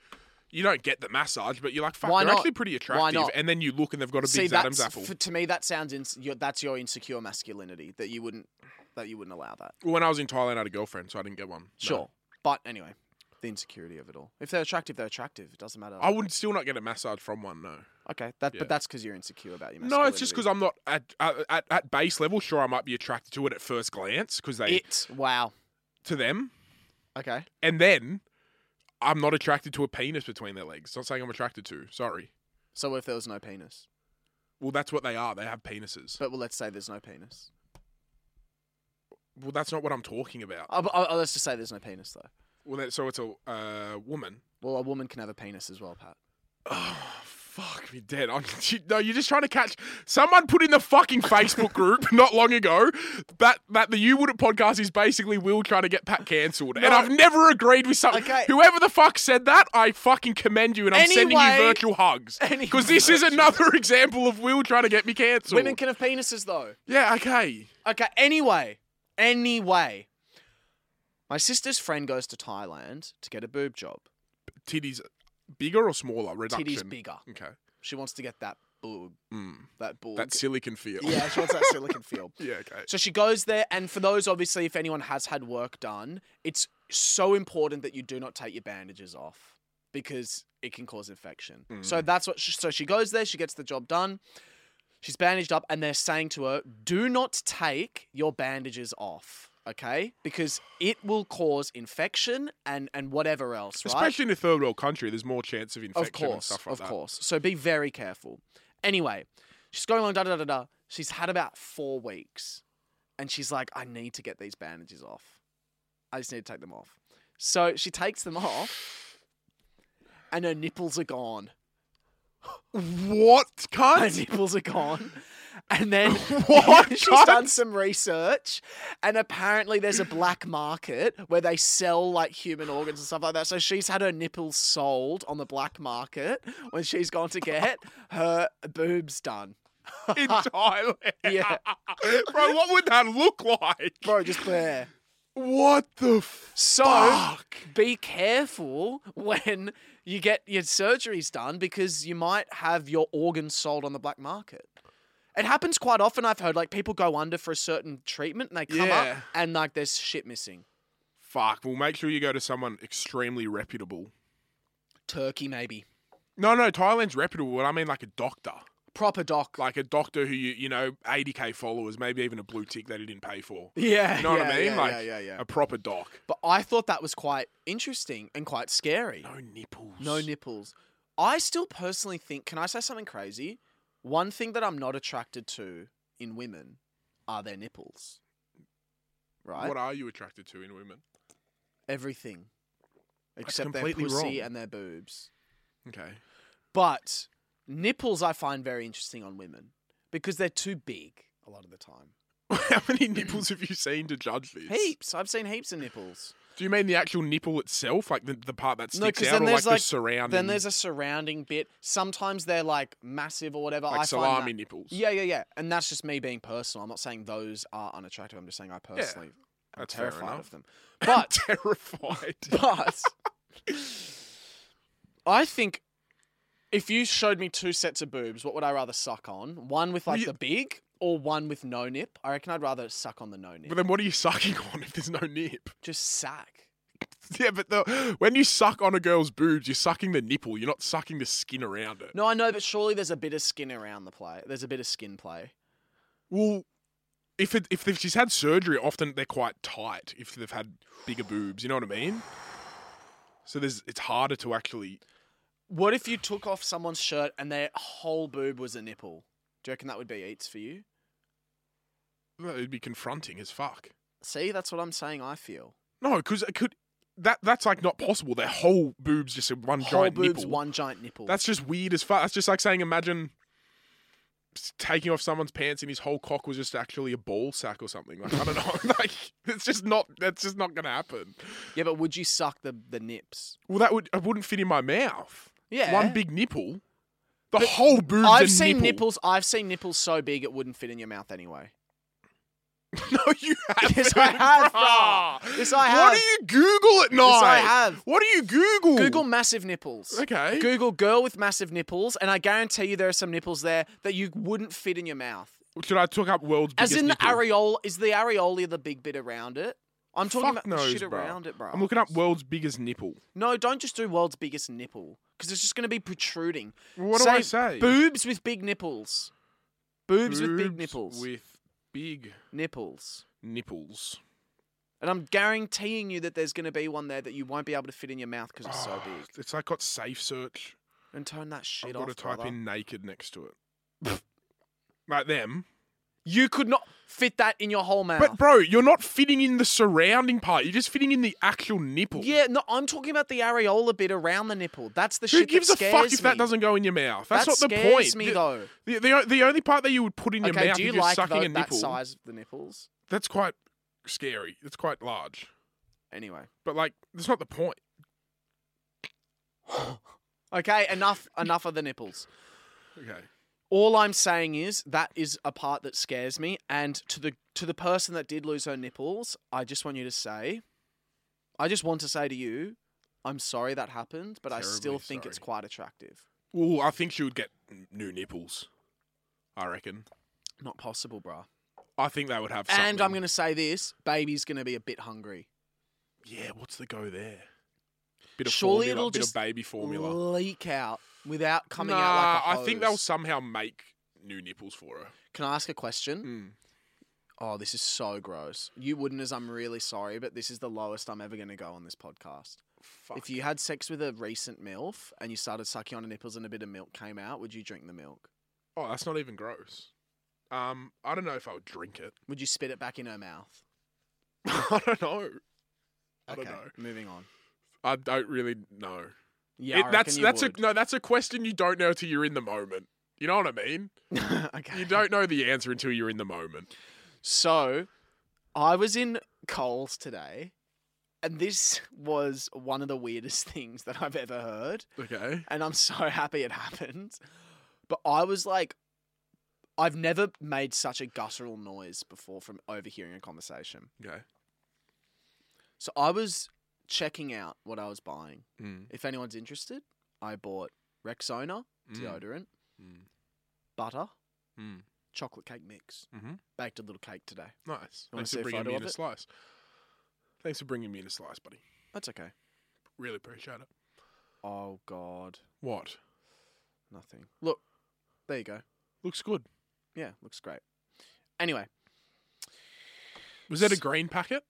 S1: you don't get the massage, but you're like, fuck,
S2: Why
S1: they're
S2: not?
S1: actually pretty attractive.
S2: not?
S1: And then you look and they've got a
S2: See,
S1: big Adam's
S2: that's
S1: apple.
S2: f- to me that sounds ins- your, that's your insecure masculinity that you wouldn't that you wouldn't allow that.
S1: Well, when I was in Thailand, I had a girlfriend, so I didn't get one. No.
S2: Sure, but anyway, the insecurity of it all. If they're attractive, they're attractive. It doesn't matter.
S1: I would still not get a massage from one, no.
S2: okay, that
S1: yeah.
S2: but that's because you're insecure about your
S1: No,
S2: masculinity.
S1: it's just because I'm not at, at at- at base level. Sure, I might be attracted to it at first glance because they
S2: it. Wow.
S1: to them,
S2: Okay.
S1: and then I'm not attracted to a penis between their legs. Not saying I'm attracted to. Sorry.
S2: So if there was no penis,
S1: Well, that's what they are. They have penises.
S2: but well, let's say there's no penis.
S1: Well, that's not what I'm talking about.
S2: Oh, but- oh, oh, let's just say there's no penis though.
S1: Well, that, so it's a uh, woman.
S2: Well, a woman can have a penis as well, Pat.
S1: Oh, fuck me dead. I'm, <laughs> no, you're just trying to catch. Someone put in the fucking Facebook group <laughs> not long ago that, that the You Wouldn't podcast is basically Will trying to get Pat cancelled. And
S2: No.
S1: I've never agreed with something.
S2: Okay.
S1: Whoever the fuck said that, I fucking commend you and I'm sending you
S2: Anyway-
S1: virtual hugs. Because this is another <laughs> example of Will trying to get me cancelled.
S2: Women can have penises though.
S1: yeah, okay.
S2: Okay, anyway. Anyway. My sister's friend goes to Thailand to get a boob job.
S1: Titties bigger or smaller? Reduction.
S2: Titties bigger.
S1: Okay.
S2: She wants to get that boob.
S1: Mm.
S2: That boob.
S1: That silicon feel.
S2: <laughs> yeah, she wants that silicon feel.
S1: <laughs> Yeah, okay.
S2: So she goes there, and for those, obviously, if anyone has had work done, it's so important that you do not take your bandages off because it can cause infection.
S1: Mm.
S2: So that's what. She, so she goes there, she gets the job done, she's bandaged up, and they're saying to her, "Do not take your bandages off." Okay, because it will cause infection and and whatever else, right?
S1: Especially in a third world country, there's more chance of infection
S2: of course,
S1: and stuff like
S2: of
S1: that.
S2: course. So be very careful. Anyway, she's going along, da da da da. She's had about four weeks, and she's like, "I need to get these bandages off. I just need to take them off." So she takes them off, and her nipples are gone.
S1: What <laughs>
S2: Her
S1: cunt?
S2: nipples are gone. <laughs> And then
S1: <laughs> What?
S2: she's done some research, and apparently there's a black market where they sell like human organs and stuff like that. So she's had her nipples sold on the black market when she's gone to get her boobs
S1: <laughs>
S2: done.
S1: in Thailand. <laughs>
S2: Yeah.
S1: Bro, what would that look like?
S2: Bro, just there.
S1: What the f-
S2: So
S1: fuck?
S2: be careful <laughs> when you get your surgeries done because you might have your organs sold on the black market. It happens quite often. I've heard like people go under for a certain treatment and they come up
S1: Yeah.
S2: and like there's shit missing.
S1: Fuck. Well, make sure you go to someone extremely reputable.
S2: Turkey maybe.
S1: No, no, Thailand's reputable, but I mean like a doctor.
S2: Proper doc.
S1: Like a doctor who you, you know, 80k followers, maybe even a blue tick that he didn't pay for.
S2: <laughs> yeah.
S1: You know what I
S2: yeah,
S1: mean?
S2: Yeah,
S1: like uh,
S2: yeah, yeah, yeah.
S1: a proper doc.
S2: But I thought that was quite interesting and quite scary.
S1: No nipples.
S2: No nipples. I still personally think, can I say something crazy? One thing that I'm not attracted to in women are their nipples. Right?
S1: What are you attracted to in women?
S2: Everything.
S1: That's
S2: Except their
S1: completely
S2: pussy
S1: wrong.
S2: and their boobs.
S1: Okay. <laughs>
S2: But nipples I find very interesting on women because they're too big a lot of the time.
S1: How many nipples have you seen to judge this?
S2: Heaps. I've seen heaps of nipples.
S1: Do you mean the actual nipple itself, like the, the part that
S2: No,
S1: sticks
S2: 'cause
S1: out,
S2: then
S1: or like
S2: there's,
S1: the
S2: like-
S1: surrounding,
S2: then there's a surrounding bit. Sometimes they're like massive or whatever.
S1: like
S2: I find
S1: salami
S2: that-
S1: nipples?
S2: Yeah, yeah, yeah. And that's just me being personal. I'm not saying those are unattractive. I'm just saying I personally am
S1: that's fair
S2: terrified
S1: enough.
S2: of them. But
S1: <laughs> terrified.
S2: but I think if you showed me two sets of boobs, what would I rather suck on? One with like
S1: you-
S2: the big or one with no nip? I reckon I'd rather suck on the no nip.
S1: But then what are you sucking on if there's no nip? <laughs>
S2: just sack.
S1: Yeah, but the, when you suck on a girl's boobs, you're sucking the nipple. You're not sucking the skin around it.
S2: No, I know, but surely there's a bit of skin around the play. There's a bit of skin play.
S1: Well, if it, if she's had surgery, often they're quite tight. If they've had bigger boobs, you know what I mean. So there's it's harder to actually.
S2: What if you took off someone's shirt and their whole boob was a nipple? Do you reckon that would be eats for you?
S1: well, It'd be confronting as fuck.
S2: See, that's what I'm saying. I feel
S1: No, because it could. That that's like not possible. Their whole boobs just in one
S2: whole
S1: giant
S2: boobs,
S1: nipple.
S2: one giant nipple.
S1: That's just weird as fuck. That's just like saying imagine s- taking off someone's pants and his whole cock was just actually a ball sack or something. Like I don't know. <laughs> like it's just not. That's just not gonna happen.
S2: Yeah, but would you suck the the nips?
S1: Well, that would. It wouldn't fit in my mouth.
S2: Yeah.
S1: One big nipple. The whole boob's a
S2: I've seen
S1: nipple.
S2: nipples. I've seen nipples so big it wouldn't fit in your mouth anyway.
S1: <laughs> No, you
S2: <laughs>
S1: haven't.
S2: Yes, I have,
S1: bruh.
S2: bruh. Yes, I
S1: What
S2: have.
S1: do you Google at night?
S2: I have.
S1: What do you Google?
S2: Google massive nipples.
S1: Okay.
S2: Google girl with massive nipples, and I guarantee you there are some nipples there that you wouldn't fit in your mouth.
S1: Should I talk up world's
S2: As
S1: biggest
S2: in the
S1: nipple?
S2: areola, is the areola the big bit around it? I'm talking
S1: Fuck
S2: about the shit
S1: knows, bruh.
S2: around it, bro.
S1: I'm looking up world's biggest nipple.
S2: No, don't just do world's biggest nipple because it's just going to be protruding.
S1: Well, what do I say?
S2: Boobs with big nipples. Boobs, with big
S1: Boobs
S2: nipples.
S1: With big
S2: Nipples.
S1: nipples.
S2: And I'm guaranteeing you that there's going to be one there that you won't be able to fit in your mouth because it's
S1: <sighs>
S2: so
S1: Ah,
S2: big.
S1: It's like got safe search.
S2: And turn that shit
S1: I've
S2: off.
S1: got to type
S2: brother.
S1: in naked next to it.
S2: <laughs>
S1: like them.
S2: You could not fit that in your whole mouth.
S1: But bro, you're not fitting in the surrounding part. You're just fitting in the actual nipple.
S2: yeah, no, I'm talking about the areola bit around the nipple. That's the
S1: Who
S2: shit
S1: gives
S2: that
S1: a
S2: scares
S1: fuck if
S2: me.
S1: that doesn't go in your mouth? That's
S2: That
S1: not the
S2: scares
S1: point.
S2: me
S1: The-
S2: though.
S1: The, the, o- the only part that you would put in your
S2: Okay,
S1: mouth
S2: do
S1: if
S2: you
S1: you're
S2: like
S1: sucking
S2: tho-
S1: a
S2: that
S1: nipple,
S2: size of the nipples?
S1: that's quite scary. It's quite large.
S2: Anyway.
S1: But like, that's not the point.
S2: Okay, enough enough of the nipples.
S1: Okay.
S2: All I'm saying is that is a part that scares me. And to the to the person that did lose her nipples, I just want you to say, I just want to say to you, I'm sorry that happened, but I still
S1: Terribly
S2: think it's
S1: sorry.
S2: quite attractive.
S1: Well, I think she would get n- new nipples. I reckon.
S2: Not possible, bruh.
S1: I think they would have. Something.
S2: And I'm gonna say this: baby's gonna be a bit hungry.
S1: Yeah, what's the go there? Bit of
S2: Surely
S1: formula,
S2: it'll
S1: bit
S2: just
S1: of baby formula.
S2: Leak out without coming
S1: nah,
S2: out like a
S1: I think they'll
S2: hose.
S1: somehow make new nipples for her.
S2: Can I ask a question?
S1: Mm.
S2: Oh, this is so gross. You wouldn't, as I'm really sorry, but this is the lowest I'm ever going to go on this podcast.
S1: Fuck.
S2: If you had sex with a recent MILF and you started sucking on her nipples and a bit of milk came out, would you drink the milk?
S1: oh, that's not even gross. Um, I don't know if I would drink it. <laughs>
S2: Would you spit it back in her mouth?
S1: I don't know. I
S2: okay,
S1: don't know.
S2: moving on.
S1: I don't really know.
S2: Yeah,
S1: It-
S2: I reckon
S1: that's
S2: you
S1: that's
S2: would. <laughs>
S1: a no. That's a question you don't know till you're in the moment. You know what I mean?
S2: okay. <sighs>
S1: You don't know the answer until you're in the moment.
S2: So, I was in Coles today, and this was one of the weirdest <laughs> things that I've ever heard.
S1: Okay.
S2: and I'm so happy it <laughs> happened. But I was like, I've never made such a guttural noise before from overhearing a conversation.
S1: Okay.
S2: So I was checking out what I was buying.
S1: Mm.
S2: If anyone's interested, I bought Rexona
S1: Mm.
S2: deodorant,
S1: Mm.
S2: butter,
S1: Mm.
S2: chocolate cake mix.
S1: Mhm.
S2: Baked a little cake today.
S1: Nice.
S2: You wanna
S1: Thanks
S2: see
S1: for
S2: a
S1: bringing
S2: photo
S1: me
S2: of
S1: in a
S2: it?
S1: slice. Thanks for bringing me in a slice, buddy.
S2: That's okay.
S1: Really appreciate it.
S2: Oh God,
S1: What?
S2: nothing. Look, there you go.
S1: Looks good.
S2: Yeah, looks great. Anyway,
S1: Was that a green packet?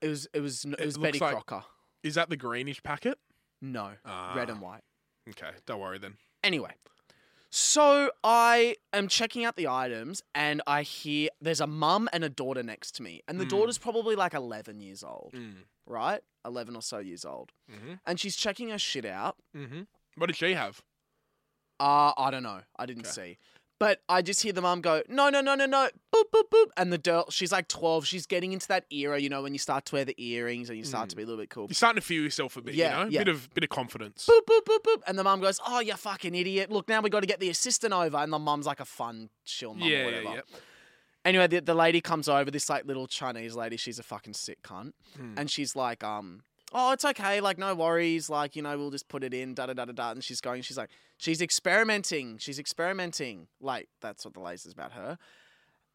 S2: it was it was it
S1: It
S2: was
S1: looks
S2: Betty
S1: like-
S2: Crocker.
S1: Is that the greenish packet?
S2: No,
S1: Ah,
S2: red and white.
S1: Okay, don't worry then.
S2: Anyway, so I am checking out the items and I hear there's a mum and a daughter next to me. And the
S1: Mm.
S2: daughter's probably like 11 years old,
S1: Mm.
S2: right? 11 or so years old.
S1: Mhm.
S2: And she's checking her shit out.
S1: Mhm. What did she have?
S2: Uh, I don't know. I didn't
S1: Okay.
S2: see. But I just hear the mum go, no, no, no, no, no, boop, boop, boop. And the girl, she's like 12. She's getting into that era, you know, when you start to wear the earrings and you
S1: Mm.
S2: start to be a little bit cool.
S1: You're starting to feel yourself a bit,
S2: Yeah,
S1: you know?
S2: yeah.
S1: Bit of bit of confidence.
S2: boop, boop, boop, boop. And the mum goes, oh, you fucking idiot. Look, now we got to get the assistant over. And the mum's like a fun, chill mum or
S1: yeah,
S2: whatever.
S1: yeah, yeah.
S2: anyway, the, the lady comes over, this like little Chinese lady, she's a fucking sick cunt.
S1: Hmm.
S2: And she's like, um, oh, it's okay, like no worries, like, you know, we'll just put it in, da da da da da. And she's going, she's like, she's experimenting, she's experimenting. Like, that's what the laser's about her.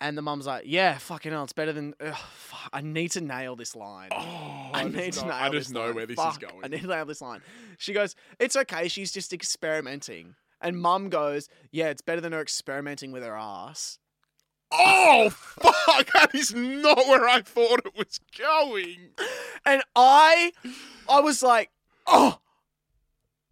S2: And the mum's like, yeah, fucking hell, it's better than, ugh, fuck, I need to nail this line.
S1: Oh,
S2: I,
S1: just
S2: need to
S1: know-
S2: nail
S1: I just
S2: this
S1: know
S2: line.
S1: where this
S2: Fuck,
S1: is going.
S2: I need to nail this line. She goes, It's okay. She's just experimenting. And mum goes, Yeah, it's better than her experimenting with her ass.
S1: <laughs> Oh fuck! That is not where I thought it was going.
S2: And I, I was like, oh,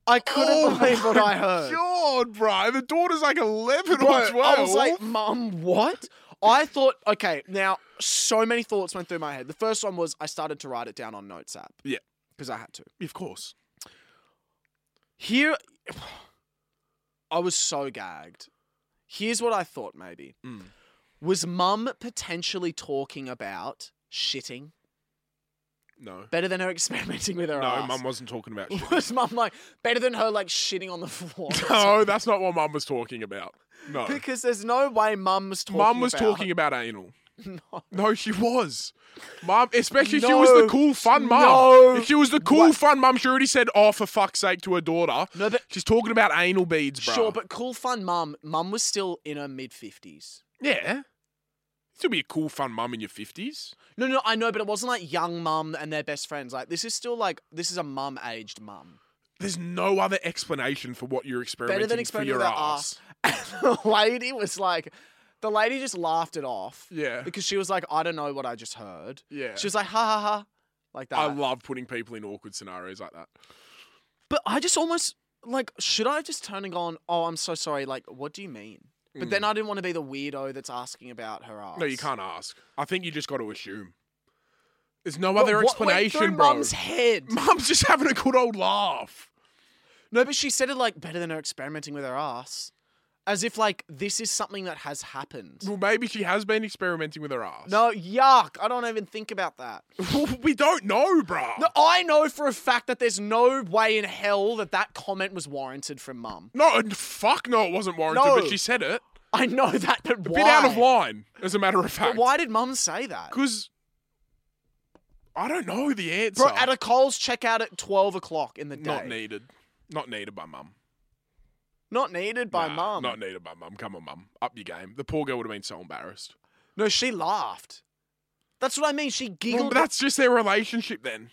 S2: I couldn't
S1: Oh
S2: believe what
S1: <laughs> my
S2: I heard.
S1: God, bro, the daughter's like eleven or
S2: Bro,
S1: twelve.
S2: I was like, Mum, what? I thought, okay, now so many thoughts went through my head. The first one was I started to write it down on Notes app.
S1: Yeah.
S2: Because I had to.
S1: of course.
S2: Here, I was so gagged. Here's what I thought maybe.
S1: Mm.
S2: Was mum potentially talking about shitting
S1: No.
S2: better than her <laughs> experimenting with her
S1: No,
S2: ass?
S1: mum wasn't
S2: <laughs>
S1: talking about shit.
S2: was mum like better than her like shitting on the
S1: <laughs>
S2: floor?
S1: No, that's not what mum was talking about. No.
S2: <laughs> Because there's no way mum was talking
S1: Mum was
S2: about-
S1: talking about anal.
S2: <laughs> No.
S1: No, she was. Mum, especially if she was the
S2: No.
S1: cool, fun mum.
S2: No.
S1: If she was the cool,
S2: What?
S1: fun mum, she already said, oh, for fuck's sake, to her daughter.
S2: No, but
S1: She's talking about anal beads, bro.
S2: sure, but cool fun mum. Mum was still in her mid fifties.
S1: Yeah. Still be a cool, fun mum in your 50s.
S2: No, no, I know, but it wasn't like young mum and their best friends. Like this is still like this is a mum aged mum.
S1: There's no other explanation for what you're experimenting
S2: experimenting
S1: for
S2: with
S1: your
S2: her
S1: ass.
S2: <laughs> And the lady was like, the lady just laughed it off
S1: Yeah.
S2: because she was like, I don't know what I just heard.
S1: Yeah.
S2: She was like, ha ha ha, like that.
S1: I love putting people in awkward scenarios like that.
S2: But I just almost like, should I have just turned and gone, oh, I'm so sorry. Like, what do you mean? But then I didn't want to be the weirdo that's asking about her ass.
S1: Mm. No, you can't ask. I think you just got to assume. There's no
S2: But
S1: other
S2: what went
S1: explanation,
S2: through
S1: bro. <laughs>
S2: Mum's head.
S1: Mum's just having a good old laugh.
S2: No, but she said it like better than her experimenting with her ass, as if like this is something that has happened.
S1: Well, maybe she has been experimenting with her ass.
S2: No, yuck! I don't even think about that.
S1: <laughs> we don't know, bro.
S2: No, I know for a fact that there's no way in hell that that comment was warranted from mum.
S1: No, and fuck no, it wasn't warranted,
S2: No.
S1: but she said it.
S2: I know <laughs> that, but
S1: A
S2: why?
S1: bit out of line, as a matter of fact.
S2: But why did mum say that?
S1: Because I don't know the answer.
S2: Bro, at a Coles checkout at twelve o'clock in the day.
S1: Not needed. Not needed by mum.
S2: Not needed by
S1: Nah,
S2: mum.
S1: Not needed by mum. Come on, mum. Up your game. The poor girl would have been so embarrassed.
S2: No, she laughed. That's what I mean. She
S1: Well,
S2: giggled.
S1: but that's just their relationship then.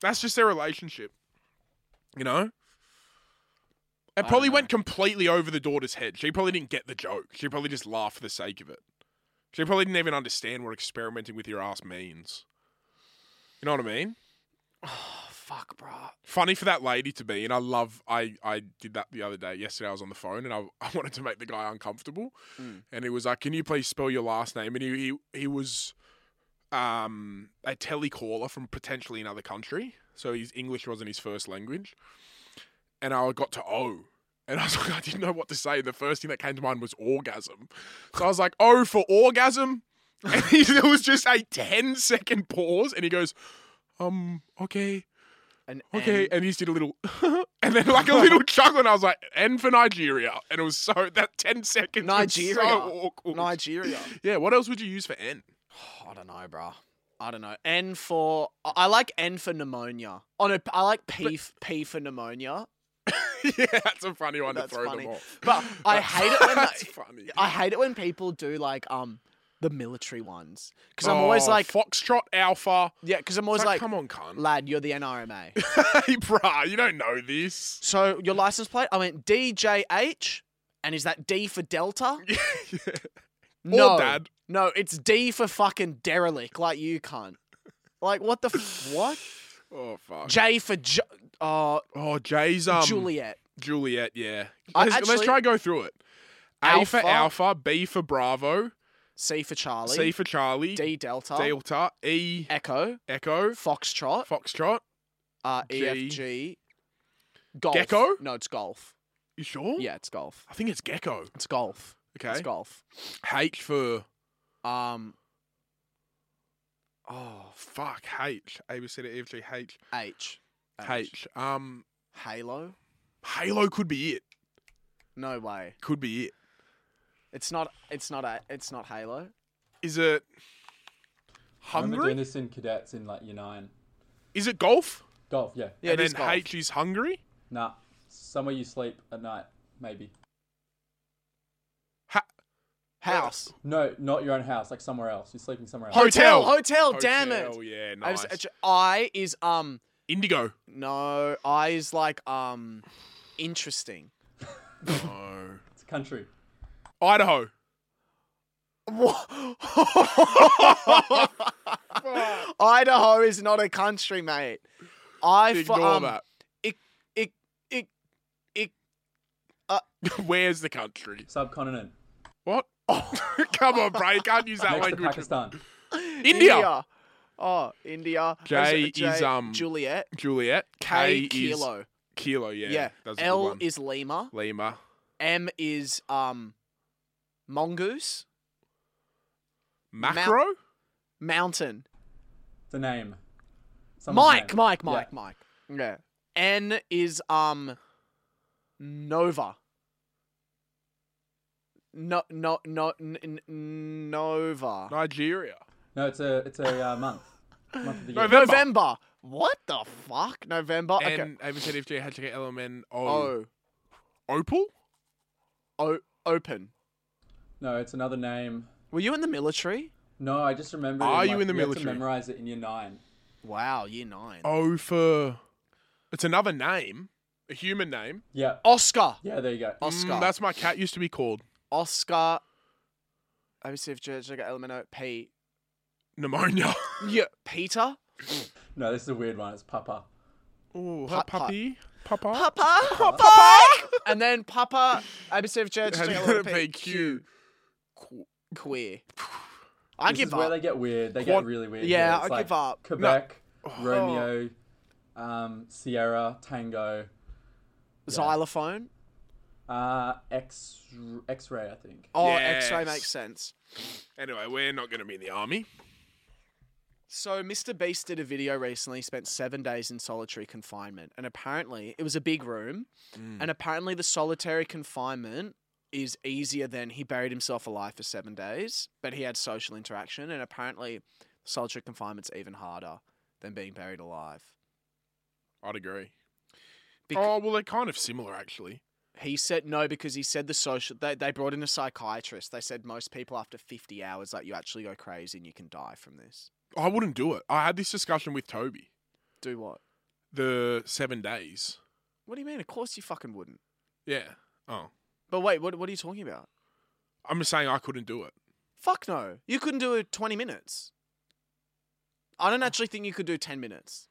S1: That's just their relationship. You know? It
S2: don't
S1: probably
S2: know.
S1: went completely over the daughter's head. She probably didn't get the joke. She probably just laughed for the sake of it. She probably didn't even understand what experimenting with your ass means. You know what I mean?
S2: Oh, fuck, bro.
S1: funny for that lady to be and i love i i did that the other day yesterday i was on the phone and i, <laughs> I wanted to make the guy uncomfortable
S2: Mm.
S1: and he was like can you please spell your last name and he he, he was um a telecaller from potentially another country so his english wasn't his first language and i got to o and <laughs> I was like, I didn't know what to say. The first thing that came to mind was orgasm. So I was like, oh, for orgasm? <laughs> And he, there was just a 10 second pause. And he goes, um, okay
S2: An
S1: okay, eh,
S2: N.
S1: and he just did a little, <laughs> and then like
S2: <laughs>
S1: a little chuckle, and I was like, "N for Nigeria," and it was so that ten seconds was
S2: Nigeria.
S1: so awkward.
S2: Nigeria. <coughs> Oh,
S1: yeah, what else would you use
S2: <laughs>
S1: for N? <laughs>
S2: I don't know, bro. I don't know. N for I- I like N for pneumonia. Oh no, I like P f- P for pneumonia.
S1: yeah, that's a funny one
S2: That's
S1: to throw
S2: funny.
S1: them off. <laughs>
S2: But I
S1: That's-
S2: hate it when
S1: <laughs> that's
S2: they-
S1: funny.
S2: I hate it when people do like um the military ones because I'm always
S1: Oh,
S2: like
S1: Foxtrot Alpha.
S2: yeah because I'm
S1: It's
S2: always like,
S1: like, come on, cunt.
S2: lad you're the NRMA.
S1: <laughs> hey, brah, you don't know this.
S2: so your license plate I went DJH and is that D for Delta?
S1: <laughs> Yeah.
S2: No,
S1: Dad.
S2: No, it's D for fucking derelict like you can't. Like what the f-
S1: <laughs>
S2: what?
S1: Oh fuck.
S2: J for Ju- uh,
S1: oh, Jay's um
S2: Juliet.
S1: Juliet. Yeah.
S2: I
S1: Let's, let's
S2: actually-
S1: try and go through it. A for
S2: Alpha.
S1: Alpha, B for Bravo,
S2: C for Charlie.
S1: C for Charlie,
S2: D Delta.
S1: Delta, E
S2: Echo.
S1: Echo,
S2: Foxtrot.
S1: Foxtrot.
S2: Uh,
S1: G.
S2: EFG. Golf.
S1: Gecko?
S2: No, it's golf.
S1: You sure?
S2: Yeah, it's golf.
S1: I think it's gecko.
S2: It's golf. It's
S1: Okay.
S2: golf.
S1: H for
S2: Um,
S1: oh fuck H A B C D E F G H
S2: H.
S1: H. Um,
S2: Halo.
S1: Halo could be it.
S2: No way.
S1: Could be it.
S2: It's not. It's not. A, it's not Halo.
S1: Is it
S3: I remember doing
S1: hungry?
S3: this in cadets in like year nine.
S1: Is it golf?
S3: Golf, yeah.
S2: Yeah,
S1: and
S2: it is
S1: then
S2: golf.
S1: H is hungry.
S3: Nah, somewhere you sleep at night, maybe.
S1: Ha- uh,
S2: House.
S3: No, not your own house, like somewhere else. You're sleeping somewhere else.
S1: Ho- Hotel.
S2: Hotel. Hotel.
S3: Oh,
S2: Damn it.
S1: Hotel, Yeah,
S2: I,
S1: nice.
S2: was, I is um <laughs>
S1: Indigo.
S2: no. I is like um
S1: <laughs>
S2: interesting.
S1: no.
S3: It's a country.
S1: Idaho.
S2: Idaho is not a country, mate. I
S1: Ignore
S2: for, um,
S1: that.
S2: It, it, it, uh.
S1: <laughs> Where's the country?
S3: Subcontinent.
S1: What? <laughs> Come on, bro. You can't use that
S3: Next to
S1: language.
S3: Pakistan.
S1: India.
S2: Oh, India.
S1: J
S2: Uh,
S1: is, um,
S2: Juliet.
S1: Juliet.
S2: K,
S1: K, is
S2: kilo.
S1: kilo. Yeah.
S2: yeah.
S1: That's a good
S2: L
S1: one.
S2: is Lima.
S1: Lima.
S2: M is um Mongoose,
S1: Macro?
S2: Mountain,
S3: The name. Someone's
S2: Mike,
S3: name.
S2: Mike,
S3: Yeah.
S2: Mike, Mike. Yeah. N is um Nova. No, no, no, n- n- Nova.
S1: Nigeria.
S3: No, it's a it's a uh, month. month of the year.
S1: November.
S2: November. What the fuck? November. Okay.
S1: And ABCDFG, hashtag LMN, O.
S2: Oh,
S1: Opal?
S2: o- open.
S3: No, it's another name.
S2: Were you in the military?
S3: No, I just remember.
S1: Are
S3: like,
S1: you in the
S3: we had
S1: military?
S3: to memorize it in year nine.
S2: Wow, year nine.
S1: O for. It's another name, a human name.
S3: Yeah.
S2: Oscar.
S3: Yeah, there you go.
S1: Mm,
S2: Oscar.
S1: that's my cat used to be called.
S2: Oscar. OCF Judge, I got Elemento P. <laughs>
S1: Pneumonia.
S2: Yeah. Peter?
S3: No, this is a weird one. It's Papa.
S1: Ooh,
S2: Pup, pup.
S1: puppy. Papa.
S2: Papa? Papa? and then Papa, OCF Judge,
S1: It had
S2: Jack
S1: to
S2: Elemento
S1: be
S2: P.
S1: Q.
S2: Queer. I
S3: this
S2: give
S3: is where
S2: up.
S3: they get weird. They
S1: Quad-
S3: get really weird.
S2: yeah,
S3: it's
S2: I
S3: like
S2: give up. Oh.
S3: Quebec, Romeo, um, Sierra, Tango,
S2: Xylophone.
S3: uh, X X Ray, I think.
S2: Oh, X-ray
S1: Yes.
S2: makes sense.
S1: Anyway, we're not going to be in the army.
S2: So Mr. Beast did a video recently, spent seven days in solitary confinement, and apparently it was a big room,
S1: Mm,
S3: Hmm.
S2: and apparently the solitary confinement is easier than he buried himself alive for seven days, but he had social interaction, and apparently solitary confinement's even harder than being buried alive.
S1: I'd agree.
S2: Bec-
S1: oh, well, they're kind of similar, actually.
S2: He said no because he said the social. They, they brought in a psychiatrist. They said most people after 50 hours, like you actually go crazy and you can die from this.
S1: I wouldn't do it. I had this discussion with Toby.
S2: Do what?
S1: The seven days.
S2: What do you mean? Of course you fucking wouldn't.
S1: Yeah. Oh.
S2: But wait, what, what are you talking about?
S1: I'm just saying I couldn't do it.
S2: Fuck no. You couldn't do it 20 minutes. I don't actually think you could do 10 minutes.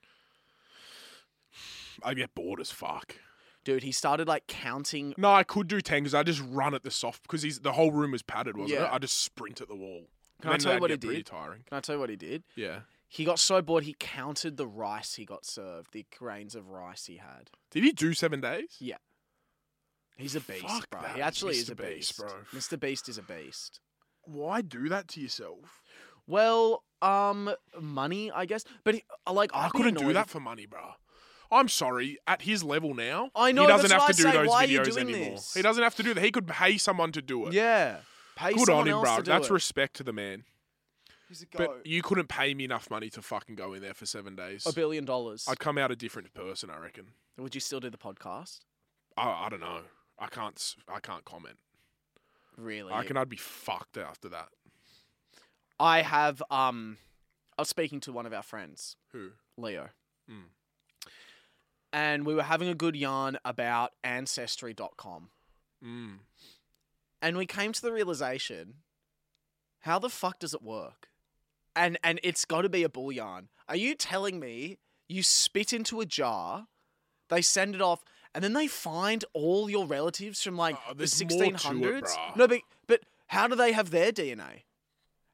S1: I get bored as fuck.
S2: Dude, he started like counting.
S1: No, I could do 10 because I just run at the soft because he's the whole room was padded, wasn't
S2: Yeah.
S1: it? I just sprint at the wall.
S2: Can I
S1: Then
S2: tell you
S1: that'd
S2: what
S1: get
S2: it did?
S1: Pretty tiring.
S2: Can I tell you what he did?
S1: Yeah.
S2: He got so bored he counted the rice he got served, the grains of rice he had.
S1: Did he do seven days?
S2: Yeah. He's a beast,
S1: Fuck
S2: bro.
S1: that.
S2: He actually
S1: Mr.
S2: is a
S1: Beast,
S2: beast.
S1: bro.
S2: Mr. Beast is a beast.
S1: Why do that to yourself?
S2: Well, um, money, I guess. But he, uh, like,
S1: I
S2: I'd be
S1: couldn't do
S2: annoyed
S1: that
S2: if-
S1: for money, bro. I'm sorry. At his level now,
S2: I know,
S1: he doesn't
S2: that's
S1: have
S2: why
S1: to
S2: I
S1: do
S2: say,
S1: those
S2: why are you
S1: videos
S2: doing
S1: anymore.
S2: this?
S1: He doesn't have to do that. He could pay someone to do it.
S2: Yeah, pay
S1: Good
S2: someone
S1: on him,
S2: else
S1: bro.
S2: to do
S1: That's
S2: it.
S1: respect to the man.
S2: He's a
S1: But
S2: goat.
S1: you couldn't pay me enough money to fucking go in there for seven days.
S2: a billion dollars.
S1: I'd come out a different person, I reckon.
S2: Would you still do the podcast?
S1: I, I don't know. I can't. s- I can't comment.
S2: Really?
S1: I reckon I'd be fucked after that.
S2: I have. Um, I was speaking to one of our friends,
S1: Who?
S2: Leo,
S1: Mm.
S2: and we were having a good yarn about ancestry.com,
S1: Mm.
S2: and we came to the realization: how the fuck does it work? And and it's got to be a bull yarn. Are you telling me you spit into a jar, they send it off, and then they find all your relatives from like
S1: Oh,
S2: the
S1: there's more to it,
S2: 1600s?
S1: bruh.
S2: No, but but how do they have their DNA?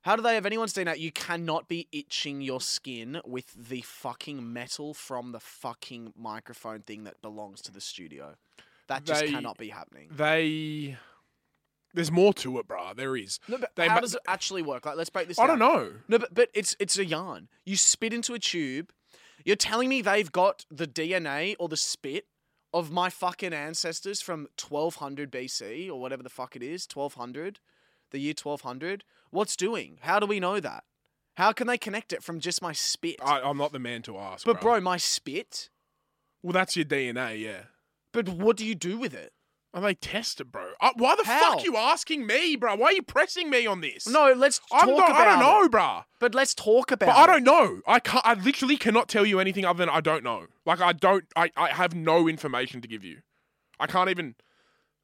S2: How do they have anyone's DNA? You cannot be itching your skin with the fucking metal from the fucking microphone thing that belongs to the studio. That just
S1: They-
S2: cannot be happening.
S1: They. There's more to it, bruh. There is.
S2: No, but
S1: they
S2: how
S1: ma-
S2: does it actually work? Like, let's break this.
S1: I
S2: down.
S1: don't know.
S2: No, but but it's it's a yarn. You spit into a tube. You're telling me they've got the DNA or the spit of my fucking ancestors from 1200 BC or whatever the fuck it is, 1200, the year 1200. What's doing? How do we know that? How can they connect it from just my spit?
S1: I, I'm not the man to ask.
S2: but bro, my spit.
S1: well, that's your DNA, yeah.
S2: But what do you do with it?
S1: And they test it, bro. Uh, why the
S2: How?
S1: fuck are you asking me, bro? Why are you pressing me on this?
S2: No, let's
S1: I'm
S2: talk
S1: not,
S2: about
S1: I don't know,
S2: it.
S1: bruh.
S2: But let's talk about
S1: But I
S2: it.
S1: don't know. I can't. I literally cannot tell you anything other than I don't know. Like I don't. I, I have no information to give you. I can't even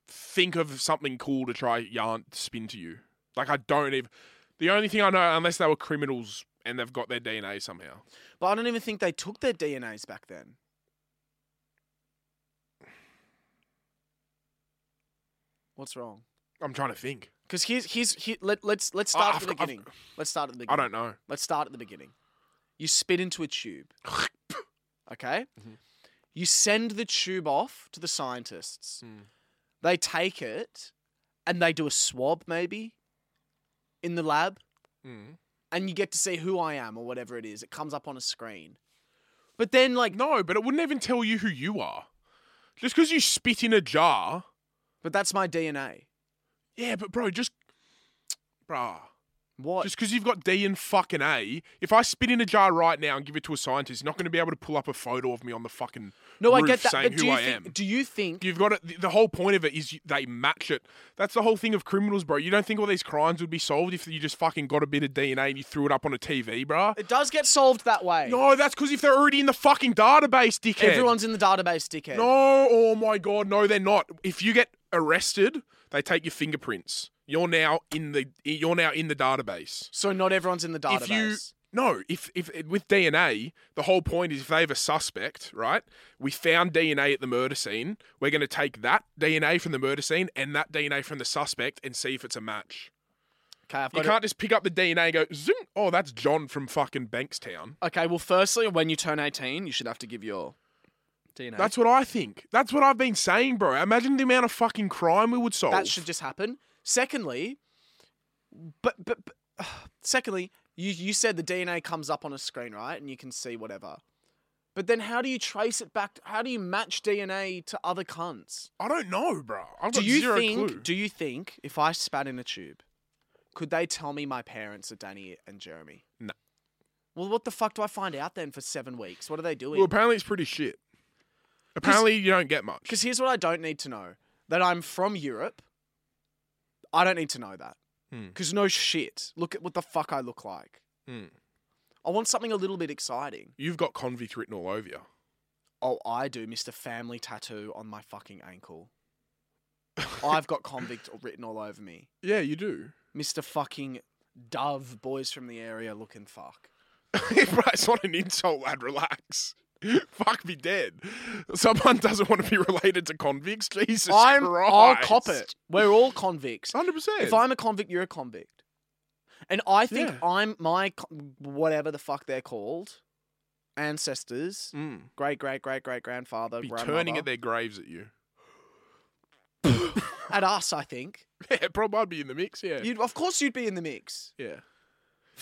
S1: think of something cool to try yarn spin to you. Like I don't even. The only thing I know, unless they were criminals and they've got their DNA somehow.
S2: But I don't even think they took their DNAs back then. What's wrong?
S1: I'm trying to think.
S2: Because here's here's here, let let's let's
S1: I-
S2: start
S1: I've
S2: at the
S1: got- I've-
S2: beginning. Let's start at the
S1: I
S2: beginning.
S1: don't know. <laughs>
S2: Let's start at the beginning. You spit into a tube, okay?
S1: Mhm. Hmm.
S2: You send the tube off to the scientists.
S1: Mm.
S2: They take it and they do a swab maybe in the lab,
S1: Mm.
S2: and you get to see who I am or whatever it is. It comes up on a screen. But then, like,
S1: No, but it wouldn't even tell you who you are. Just because you spit in a jar.
S2: but that's my DNA.
S1: Yeah, but bro, just. Bruh.
S2: What?
S1: Just because you've got D and fucking A, if I spit in a jar right now and give it to a scientist, he's not going to be able to pull up a photo of me on the fucking.
S2: no, I
S1: roof
S2: get that.
S1: Saying
S2: But
S1: who
S2: do you
S1: I
S2: think?
S1: am.
S2: Do you think?
S1: You've got it. The whole point of it is you- they match it. That's the whole thing of criminals, bro. You don't think all these crimes would be solved if you just fucking got a bit of DNA and you threw it up on a TV, bro?
S2: It does get solved that way.
S1: No, that's because if they're already in the fucking database, dickhead.
S2: Everyone's in the database, dickhead.
S1: No, oh my god, no, they're not. If you get arrested, they take your fingerprints. You're now in the. You're now in the database.
S2: So not everyone's in the database.
S1: If you no, if if with DNA, the whole point is if they have a suspect, right? We found DNA at the murder scene. We're going to take that DNA from the murder scene and that DNA from the suspect and see if it's a match.
S2: okay, I've
S1: You
S2: got it.
S1: can't just pick up the DNA and go zoom. Oh, that's John from fucking Bankstown.
S2: Okay, well, firstly, when you turn 18, you should have to give your DNA.
S1: That's what I think. That's what I've been saying, bro. Imagine the amount of fucking crime we would solve.
S2: that should just happen. Secondly, but, but, but <sighs> secondly, you, you said the DNA comes up on a screen, right? And you can see whatever. But then how do you trace it back? how do you match DNA to other cunts?
S1: I don't know, bro. I've
S2: Do
S1: got
S2: you
S1: zero
S2: think,
S1: clue.
S2: do you think if I spat in a tube, could they tell me my parents are Danny and Jeremy?
S1: No.
S2: Well, what the fuck do I find out then for seven weeks? What are they doing?
S1: well, apparently it's pretty shit. Apparently you don't get much.
S2: Because here's what I don't need to know that I'm from Europe. I don't need to know that.
S1: Hmm.
S2: Because no shit. Look at what the fuck I look like.
S1: Hmm.
S2: I want something a little bit exciting.
S1: You've got convict written all over you.
S2: Oh, I do, Mr. Family Tattoo on my fucking
S1: <laughs>
S2: ankle. I've got convict written all over me.
S1: Yeah, you do.
S2: Mr. fucking Dove, boys from the area looking fuck.
S1: <laughs> Bro, it's not an insult, lad. Relax. Fuck me dead. Someone doesn't want to be related to convicts. Jesus
S2: I'm,
S1: Christ.
S2: I'll cop it. We're all convicts.
S1: 100%.
S2: If I'm a convict, you're a convict. And I think
S1: Yeah.
S2: I'm my co- whatever the fuck they're called, ancestors,
S1: Mm.
S2: great great great great grandfather,
S1: be turning
S2: grandmother-
S1: at their graves at you. <laughs>
S2: at us. I think
S1: Yeah, probably I'd be in the mix, yeah.
S2: you'd of course you'd be in the mix.
S1: yeah.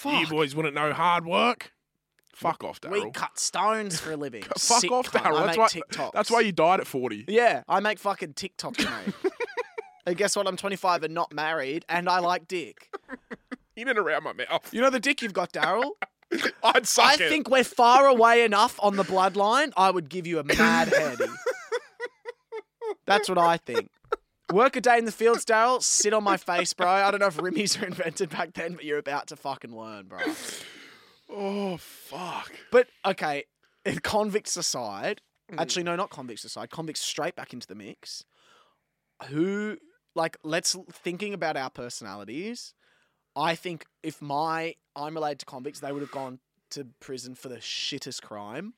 S1: You
S2: Fuck,
S1: boys wouldn't know hard work. Fuck off,
S2: we
S1: Daryl.
S2: cut stones
S1: <laughs>
S2: for a living.
S1: Fuck
S2: Sick
S1: off,
S2: cunt.
S1: Daryl.
S2: I make
S1: That's why,
S2: TikToks.
S1: that's why you died at 40.
S2: Yeah, I make fucking TikToks, mate. and guess what? I'm 25 and not married, and I like dick.
S1: <laughs> In and around my mouth.
S2: You know the dick you've got, Daryl.
S1: <laughs> I'd
S2: <laughs>
S1: suck
S2: I
S1: it.
S2: think we're far away enough on the bloodline. I would give you a mad handy. That's what I think. Work a day in the fields, Daryl. Sit on my face, bro. I don't know if rimmies were invented back then, but you're about to fucking learn, bro.
S1: Oh, fuck. <laughs>
S2: But okay, if convicts aside, actually no, not convicts aside. Convicts straight back into the mix. Who like let's thinking about our personalities. I think if my I'm related to convicts, they would have gone to prison for the shittest crime.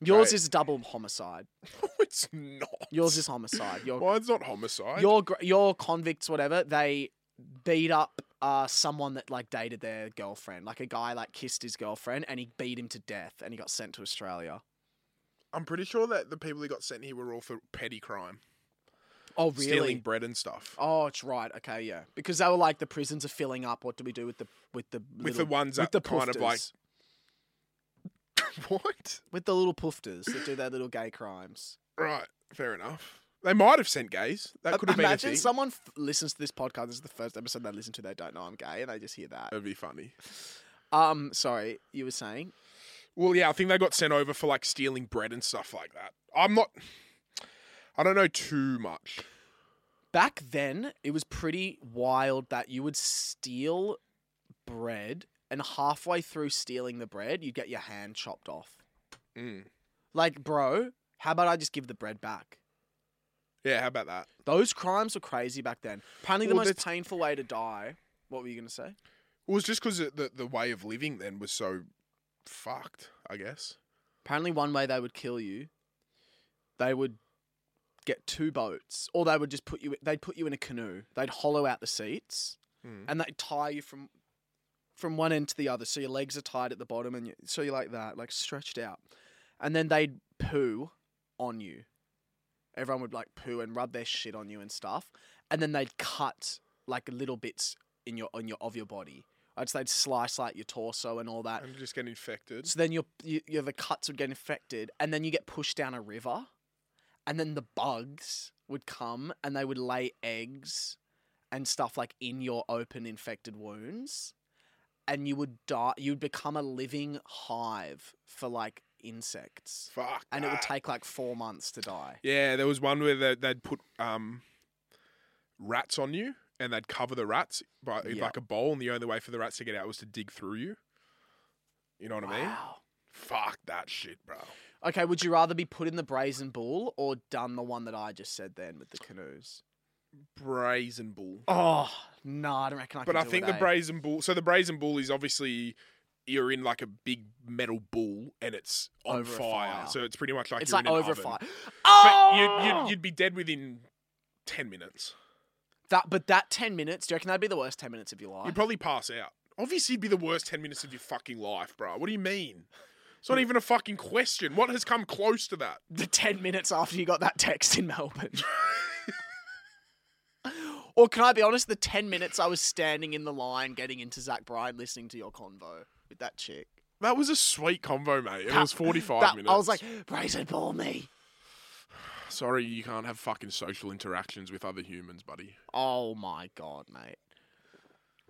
S2: Yours
S1: Right.
S2: is double homicide.
S1: No, it's not.
S2: Yours is homicide. Your
S1: Mine's not homicide.
S2: your gr- your convicts, whatever they beat up uh, someone that like dated their girlfriend, like a guy like kissed his girlfriend and he beat him to death and he got sent to Australia.
S1: I'm pretty sure that the people who got sent here were all for petty crime,
S2: Oh, really?
S1: stealing bread and stuff.
S2: Oh, it's right. Okay, yeah. Because they were like the prisons are filling up. What do we do with the with the
S1: with the ones
S2: with
S1: that
S2: the
S1: kind of like
S2: poofters.
S1: <laughs> what?
S2: with the little poofters that do their little gay crimes?
S1: Right, fair enough. They might have sent gays. That could have been a
S2: Imagine
S1: thing.
S2: someone f- listens to this podcast. This is the first episode they listen to. They don't know I'm gay, and they just hear that.
S1: That'd be funny.
S2: Um, sorry, you were saying.
S1: Well, yeah, I think they got sent over for like stealing bread and stuff like that. I'm not. I don't know too much.
S2: back then it was pretty wild that you would steal bread and halfway through stealing the bread you'd get your hand chopped off
S1: Mm.
S2: like bro how about i just give the bread back
S1: Yeah, how about that?
S2: those crimes were crazy back then apparently the
S1: Well,
S2: most
S1: that's-
S2: painful way to die what were you going to say
S1: It was just because the the way of living then was so fucked. I guess.
S2: apparently one way they would kill you they would get two boats or they would just put you they'd put you in a canoe they'd hollow out the seats
S1: Mm.
S2: and they tie you from from one end to the other so your legs are tied at the bottom and you, so you're like that like stretched out and then they'd poo on you everyone would like poo and rub their shit on you and stuff and then they'd cut like little bits in your on your of your body. I'd say they'd slice like your torso and all that.
S1: And just get infected.
S2: So then your, your your the cuts would get infected, and then you get pushed down a river, and then the bugs would come and they would lay eggs and stuff like in your open infected wounds, and you would die. You'd become a living hive for like insects,
S1: Fuck.
S2: and it would
S1: that.
S2: take like four months to die.
S1: Yeah, there was one where they, they'd put um, rats on you, and they'd cover the rats by in
S2: Yeah.
S1: like a bowl, and the only way for the rats to get out was to dig through you. You know what I mean?
S2: Wow.
S1: Fuck that shit, bro.
S2: Okay, would you rather be put in the brazen bull or done the one that I just said then with the canoes?
S1: Brazen bull.
S2: Oh, no, I don't reckon I
S1: but
S2: could
S1: I
S2: do
S1: think
S2: it,
S1: the
S2: eh?
S1: brazen bull. So the brazen bull is obviously you're in like a big metal bull, and it's on
S2: Over a
S1: fire,
S2: fire.
S1: So it's pretty much like
S2: It's
S1: you're
S2: like
S1: in an
S2: over a
S1: oven.
S2: fire.
S1: But
S2: Oh!
S1: you'd, you'd, you'd be dead within ten minutes.
S2: That, but that 10 minutes, do you reckon that'd be the worst 10 minutes of your life?
S1: You'd probably pass out. Obviously, it'd be the worst 10 minutes of your fucking life, bro. What do you mean? It's not even a fucking question. What has come close to that?
S2: the 10 minutes after you got that text in <laughs> Melbourne. or can I be honest, the 10 minutes I was standing in the line getting into Zach Bryan listening to your convo with that chick.
S1: That was a sweet convo, mate. It
S2: That-
S1: was 45
S2: that-
S1: minutes.
S2: I was like, brazen bull me.
S1: sorry, you can't have fucking social interactions with other humans, buddy.
S2: Oh my God, mate.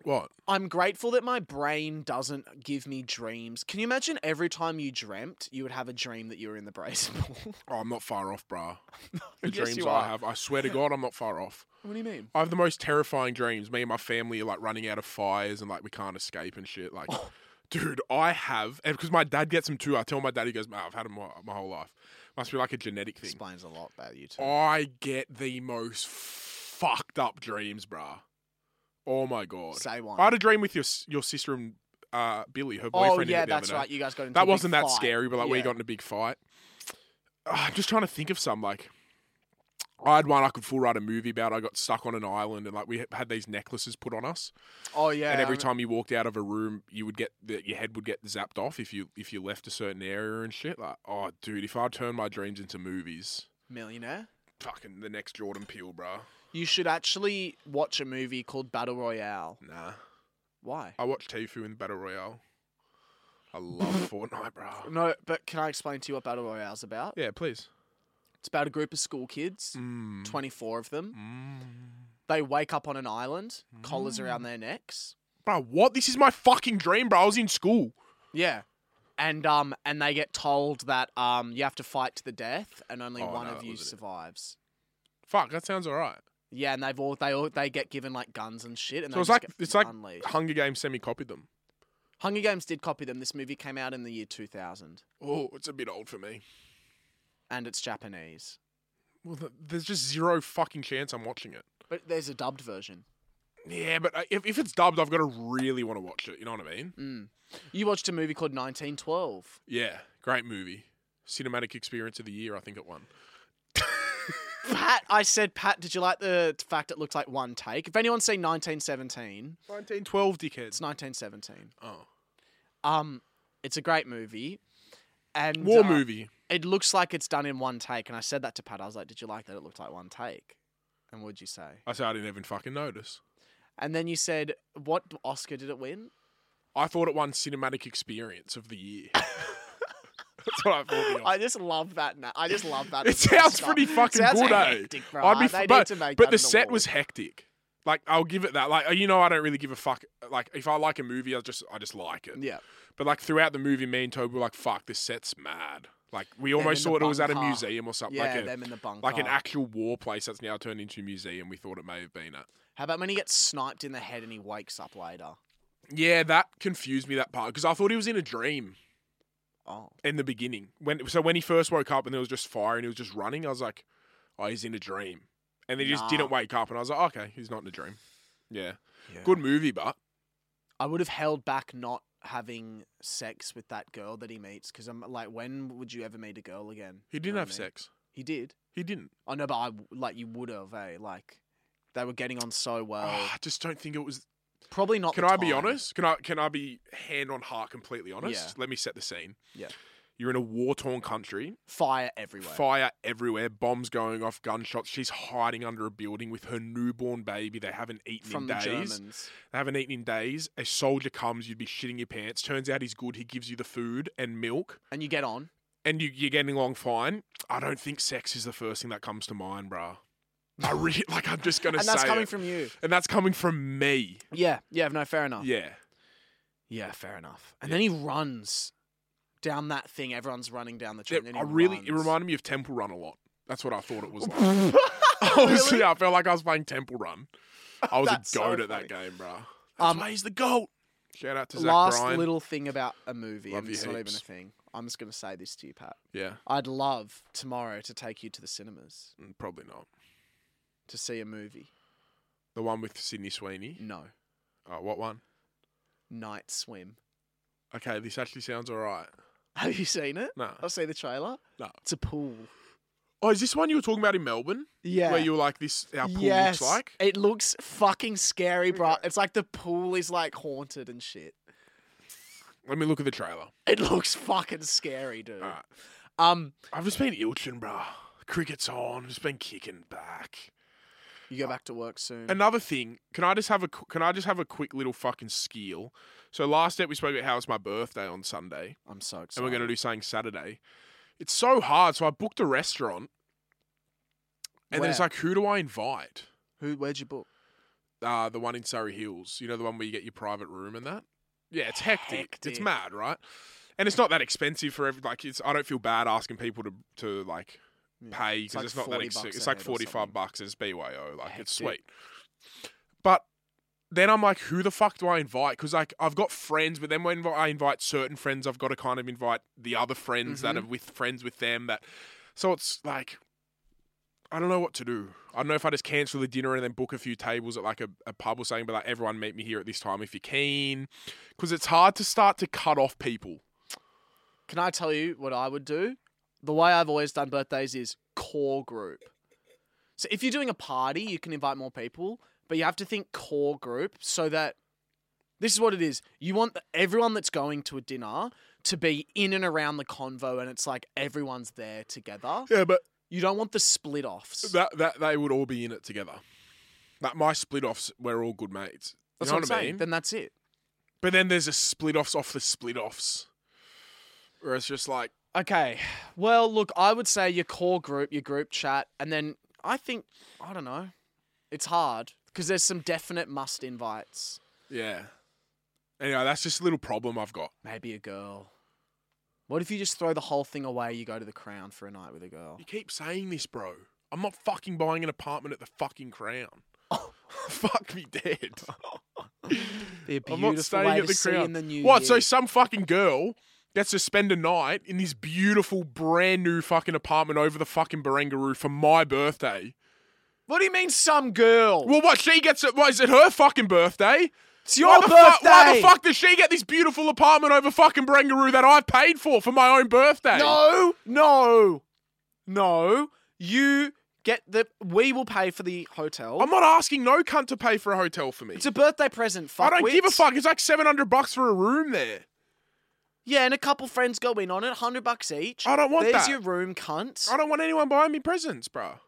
S1: What?
S2: I'm grateful that my brain doesn't give me dreams. Can you imagine every time you dreamt, you would have a dream that you were in the brazen pool?
S1: Oh, I'm not far off, <laughs> bro. The
S2: Yes,
S1: dreams
S2: you
S1: I
S2: are.
S1: have, I swear to God, I'm not far off.
S2: <laughs> what do you mean?
S1: I have the most terrifying dreams. Me and my family are like running out of fires and like we can't escape and shit. Like, dude, I have, and because my dad gets them too. I tell my dad, he goes, "Mate, I've had them my, my whole life. Must be like a genetic thing.
S2: Explains a lot about you two.
S1: I get the most fucked up dreams, bruh. Oh my god!
S2: Say one.
S1: I had a dream with your s- your sister and uh, Billy, her boyfriend.
S2: oh
S1: and
S2: yeah,
S1: the other
S2: that's
S1: day.
S2: right. You guys got into a
S1: That
S2: big
S1: wasn't that
S2: fight.
S1: scary, but like we
S2: Yeah.
S1: got in a big fight. Ah, I'm just trying to think of some like. I had one I could full write a movie about. I got stuck on an island and like we had these necklaces put on us,
S2: Oh yeah.
S1: and
S2: I
S1: every
S2: rem-
S1: time you walked out of a room, you would get the, your head would get zapped off if you if you left a certain area and shit. Like, oh dude, if I turned my dreams into movies,
S2: millionaire.
S1: fucking the next Jordan Peele, bruh.
S2: You should actually watch a movie called Battle Royale.
S1: Nah.
S2: Why?
S1: I watched Tfue in Battle Royale. I
S2: <laughs>
S1: love Fortnite, bro.
S2: No, but can I explain to you what Battle Royale's about?
S1: Yeah, please.
S2: It's about a group of school kids,
S1: Mm.
S2: 24 of them.
S1: Mm.
S2: They wake up on an island, collars around their necks.
S1: Bro, what? This is my fucking dream, bro. I was in school.
S2: Yeah. And um and they get told that um you have to fight to the death and only
S1: Oh,
S2: one
S1: no,
S2: of
S1: that
S2: you
S1: wasn't it.
S2: survives.
S1: Fuck, that sounds alright.
S2: Yeah, and they've all they all they get given like guns and shit and
S1: So
S2: they
S1: it's
S2: just
S1: like
S2: get
S1: it's like
S2: unleashed.
S1: Hunger Games semi copied them.
S2: Hunger Games did copy them. This movie came out in the year 2000
S1: Oh, it's a bit old for me.
S2: and it's Japanese.
S1: Well, th- there's just zero fucking chance I'm watching it.
S2: But there's a dubbed version.
S1: Yeah, but I- if, if it's dubbed, I've got to really want to watch it. You know what I mean?
S2: Mm. You watched a movie called 1912.
S1: Yeah, great movie. Cinematic experience of the year, I think it won.
S2: Pat, I said Pat, did you like the fact it looked like one take? If anyone's seen 1917,
S1: 1912,
S2: it's
S1: dickheads.
S2: 1917.
S1: Oh.
S2: Um it's a great movie. And
S1: War
S2: uh,
S1: movie.
S2: it looks like it's done in one take. And I said that to Pat. I was like, did you like that it looked like one take? And what'd you say?
S1: I said I didn't even fucking notice.
S2: And then you said, what Oscar did it win?
S1: I thought it won cinematic experience of
S2: <laughs>
S1: the year. That's what I thought.
S2: I just love that. Na- I just love that.
S1: It
S2: as an
S1: sounds
S2: Oscar.
S1: pretty fucking
S2: sounds
S1: good, eh?
S2: hectic, eh? Bro.
S1: I'd be, f-
S2: they need
S1: but,
S2: to make
S1: but
S2: that
S1: the
S2: an
S1: set was
S2: award.
S1: hectic. Like I'll give it that. Like you know, I don't really give a fuck. Like if I like a movie, I just I just like it.
S2: Yeah.
S1: But like throughout the movie, me and Toby were like, "Fuck, this set's mad." Like we almost
S2: in the
S1: thought it was at a
S2: bunker.
S1: museum or something,
S2: Yeah,
S1: like a,
S2: them in the bunker.
S1: like an actual war place that's now turned into a museum. We thought it may have been at.
S2: How about when he gets sniped in the head and he wakes up later?
S1: Yeah, that confused me that part because I thought he was in a dream.
S2: Oh.
S1: in the beginning. When so when he first woke up and there was just fire and he was just running, I was like, "Oh, he's in a dream." And then he just
S2: Nah.
S1: didn't wake up, and I was like, "Okay, he's not in a dream." Yeah, good movie, but
S2: I would have held back not having sex with that girl that he meets because I'm like, when would you ever meet a girl again?
S1: he
S2: You
S1: didn't
S2: know
S1: have
S2: what I mean?
S1: sex.
S2: He did.
S1: He didn't.
S2: I know, but I w- like you would have, eh? Like they were getting on
S1: <sighs>
S2: so well.
S1: Ah, I just don't think it was.
S2: Probably not.
S1: Can
S2: the
S1: I be
S2: time.
S1: honest? Can I can I be hand on heart completely honest?
S2: Yeah.
S1: Let me set the scene.
S2: Yeah.
S1: You're in a war torn country,
S2: Fire everywhere.
S1: fire everywhere, bombs going off, gunshots. She's hiding under a building with her newborn baby. They haven't eaten
S2: from
S1: in
S2: the
S1: days.
S2: Germans.
S1: They haven't eaten in days. A soldier comes, you'd be shitting your pants. Turns out he's good. He gives you the food and milk,
S2: And you get on.
S1: and you, you're getting along fine. I don't think sex is the first thing that comes to mind, bruh. I really <laughs> like. I'm just gonna
S2: And
S1: say,
S2: that's coming
S1: it.
S2: from you.
S1: and that's coming from me.
S2: Yeah. Yeah. No, fair enough.
S1: Yeah,
S2: Yeah, fair enough. And then he runs down that thing. Everyone's running down the train.
S1: It-
S2: then
S1: I
S2: he
S1: really. It
S2: runs.
S1: reminded me of Temple Run a lot. That's what I thought
S2: <laughs>
S1: it was like. Honestly, I felt like I was playing Temple Run. I was
S2: <laughs>
S1: a goat
S2: That's so
S1: at that game, bruh. That's
S2: Um,
S1: why he's the goat. Shout out to Zach
S2: Last
S1: Bryan.
S2: little thing about a movie,
S1: Love
S2: and
S1: you
S2: it's not even
S1: heaps.
S2: a thing. I'm just going to say this to you, Pat.
S1: yeah,
S2: I'd love tomorrow to take you to the cinemas
S1: mm, probably not.
S2: to see a movie.
S1: The one with Sydney Sweeney.
S2: No, Mm.
S1: Oh, what one?
S2: Night Swim. <laughs>
S1: Okay, this actually sounds all right.
S2: Have you seen it?
S1: No.
S2: I've seen the trailer.
S1: No.
S2: It's a pool.
S1: Oh, is this one you were talking about in Melbourne?
S2: Yeah.
S1: Where you were like, this, our pool
S2: yes.
S1: looks like?
S2: It looks fucking scary, bro. It's like the pool is like haunted and shit.
S1: Let me look at the trailer.
S2: It looks fucking scary, dude.
S1: All right.
S2: Um,
S1: I've just been ilching, bruh. Cricket's on. I've just been kicking back.
S2: you go back to work soon.
S1: Another thing, can I just have a qu- can I just have a quick little fucking skeel? So last step we spoke about how it's my birthday on Sunday,
S2: I'm so excited.
S1: and we're gonna do something Saturday. It's so hard, so I booked a restaurant, and then it's
S2: Where?
S1: like, who do I invite?
S2: Who? Where'd you book?
S1: uh, the one in Surrey Hills. You know, the one where you get your private room and that. Yeah, it's hectic. It's
S2: Hectic.
S1: mad, right? And it's not that expensive for every like. It's I don't feel bad asking people to to like
S2: Yeah.
S1: pay
S2: It's
S1: because
S2: like
S1: it's, not that
S2: 40
S1: expensive.
S2: bucks
S1: It's
S2: a
S1: like
S2: head or
S1: forty five
S2: something.
S1: bucks and it's BYO. Like it's sweet.
S2: Hectic.
S1: But then I'm like, who the fuck do I invite? Because like I've got friends, but then when I invite certain friends, I've got to kind of invite the other friends that
S2: Mm-hmm.
S1: are with friends with them. That so it's like. I don't know what to do. I don't know if I just cancel the dinner and then book a few tables at like a, a pub or something, but like everyone meet me here at this time if you're keen. Because it's hard to start to cut off people.
S2: Can I tell you what I would do? The way I've always done birthdays is core group. So if you're doing a party, you can invite more people, but you have to think core group so that this is what it is. You want everyone that's going to a dinner to be in and around the convo, and it's like everyone's there together.
S1: Yeah, but
S2: You don't want the split offs.
S1: that that they would all be in it together. Like my split offs, we're all good mates. You
S2: That's
S1: know
S2: what I'm
S1: what, I
S2: saying.
S1: mean?
S2: Then that's it.
S1: But then there's a split offs off the split offs. Where it's just like
S2: Okay. Well, look, I would say your core group, your group chat, and then I think I don't know. It's hard because there's some definite must invites.
S1: Yeah. Anyway, that's just a little problem I've got.
S2: Maybe a girl. What if you just throw the whole thing away? You go to the Crown for a night with a girl.
S1: You keep saying this, bro. I'm not fucking buying an apartment at the
S2: <laughs>
S1: fucking crown. <laughs> Fuck me dead.
S2: Be a
S1: I'm
S2: beautiful
S1: not staying
S2: way
S1: at
S2: to
S1: the
S2: see
S1: crown.
S2: in the new
S1: what?
S2: year.
S1: So some fucking girl gets to spend a night in this beautiful, brand new fucking apartment over the fucking Barangaroo for my birthday.
S2: what do you mean, some girl?
S1: Well, what? She gets it. What is it? Her fucking birthday.
S2: it's your
S1: why the
S2: birthday.
S1: fuck- why the fuck does she get this beautiful apartment over fucking Barangaroo that I paid for for my own birthday?
S2: No, no, no. You get the. We will pay for the hotel.
S1: I'm not asking no cunt to pay for a hotel for me.
S2: it's a birthday present. Fuck
S1: I don't give a fuck. It's like 700 bucks for a room there.
S2: Yeah, and a couple friends go in on it, hundred bucks each.
S1: I don't want
S2: There's
S1: that.
S2: your room, cunt.
S1: I don't want anyone buying me presents, bruh.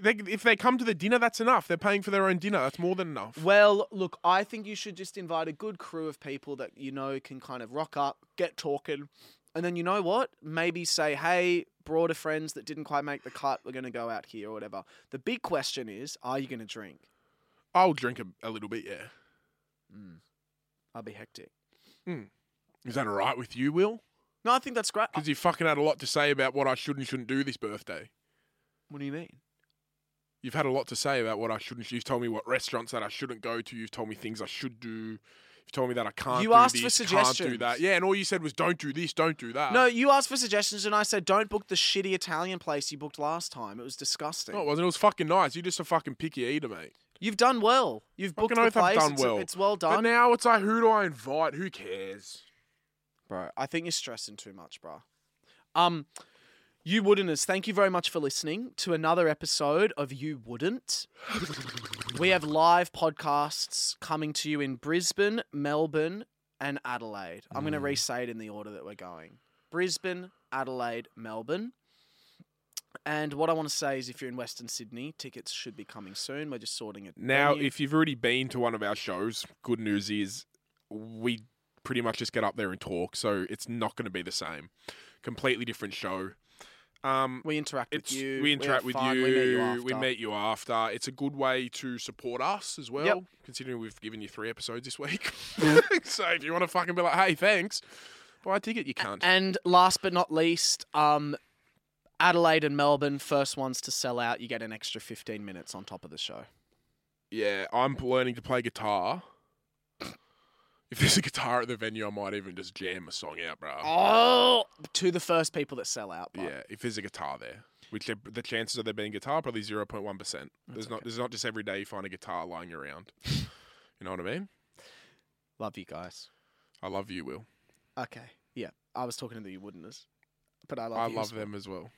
S1: They, if they come to the dinner, that's enough. They're paying for their own dinner. That's more than enough.
S2: Well, look, I think you should just invite a good crew of people that you know can kind of rock up, get talking, and then you know what? Maybe say, hey, broader friends that didn't quite make the cut, we're gonna go out here or whatever. The big question is, are you gonna drink?
S1: I'll drink a, a little bit, yeah.
S2: Hmm. I'll be hectic.
S1: Is that all right with you, Will?
S2: No, I think that's great.
S1: Because you fucking had a lot to say about what I should and shouldn't do this birthday.
S2: What do you mean?
S1: You've had a lot to say about what I shouldn't. You've told me what restaurants that I shouldn't go to. You've told me things I should do. You've told me that I can't.
S2: You
S1: do
S2: asked for
S1: this, Can't do
S2: suggestions.
S1: that. Yeah, and all you said was don't do this, don't do that.
S2: No, you asked for suggestions, and I said, don't book the shitty Italian place you booked last time. It was disgusting.
S1: no, it wasn't. It was fucking nice. You're just a fucking picky eater, mate.
S2: You've done well. You've booked
S1: Fucking
S2: the
S1: oath I've
S2: place.
S1: done
S2: it's,
S1: well.
S2: it's well
S1: But
S2: done.
S1: now it's like, who do I invite? Who cares?
S2: Bro, I think you're stressing too much, bro. Um, you wouldn't thank you very much for listening to another episode of You Wouldn't. <laughs> we have live podcasts coming to
S1: Mm.
S2: you in Brisbane, Melbourne, and Adelaide. I'm going to re-say it in the order that we're going. Brisbane, Adelaide, Melbourne. And what I want to say is, if you're in Western Sydney, tickets should be coming soon. We're just sorting it.
S1: Now,
S2: venue.
S1: if you've already been to one of our shows, good news is we pretty much just get up there and talk, so it's not going to be the same. Completely different show. Um,
S2: we interact
S1: it's
S2: with you,
S1: we interact
S2: have
S1: with
S2: fun,
S1: you.
S2: we meet you after.
S1: we meet you after. It's a good way to support us as well,
S2: Yep. Mm.
S1: considering we've given you three episodes this week. <laughs> so if you want to fucking be like, hey, thanks, buy a ticket, you can't.
S2: And last but not least, um, Adelaide and Melbourne, first ones to sell out, you get an extra 15 minutes on top of the show.
S1: Yeah, I'm learning to play guitar. If there's a guitar at the venue, I might even just jam a song out, bro.
S2: Oh, to the first people that sell out. But
S1: Yeah, if there's a guitar there, which there- the chances of there being guitar probably zero point one percent. There's not. There's not just every day you find a guitar
S2: <laughs>
S1: lying around. you know what I mean?
S2: Love you guys.
S1: I love you, Will.
S2: Okay. Yeah. I was talking to the you wouldn't but I love
S1: I
S2: you as
S1: love
S2: well.
S1: them as well.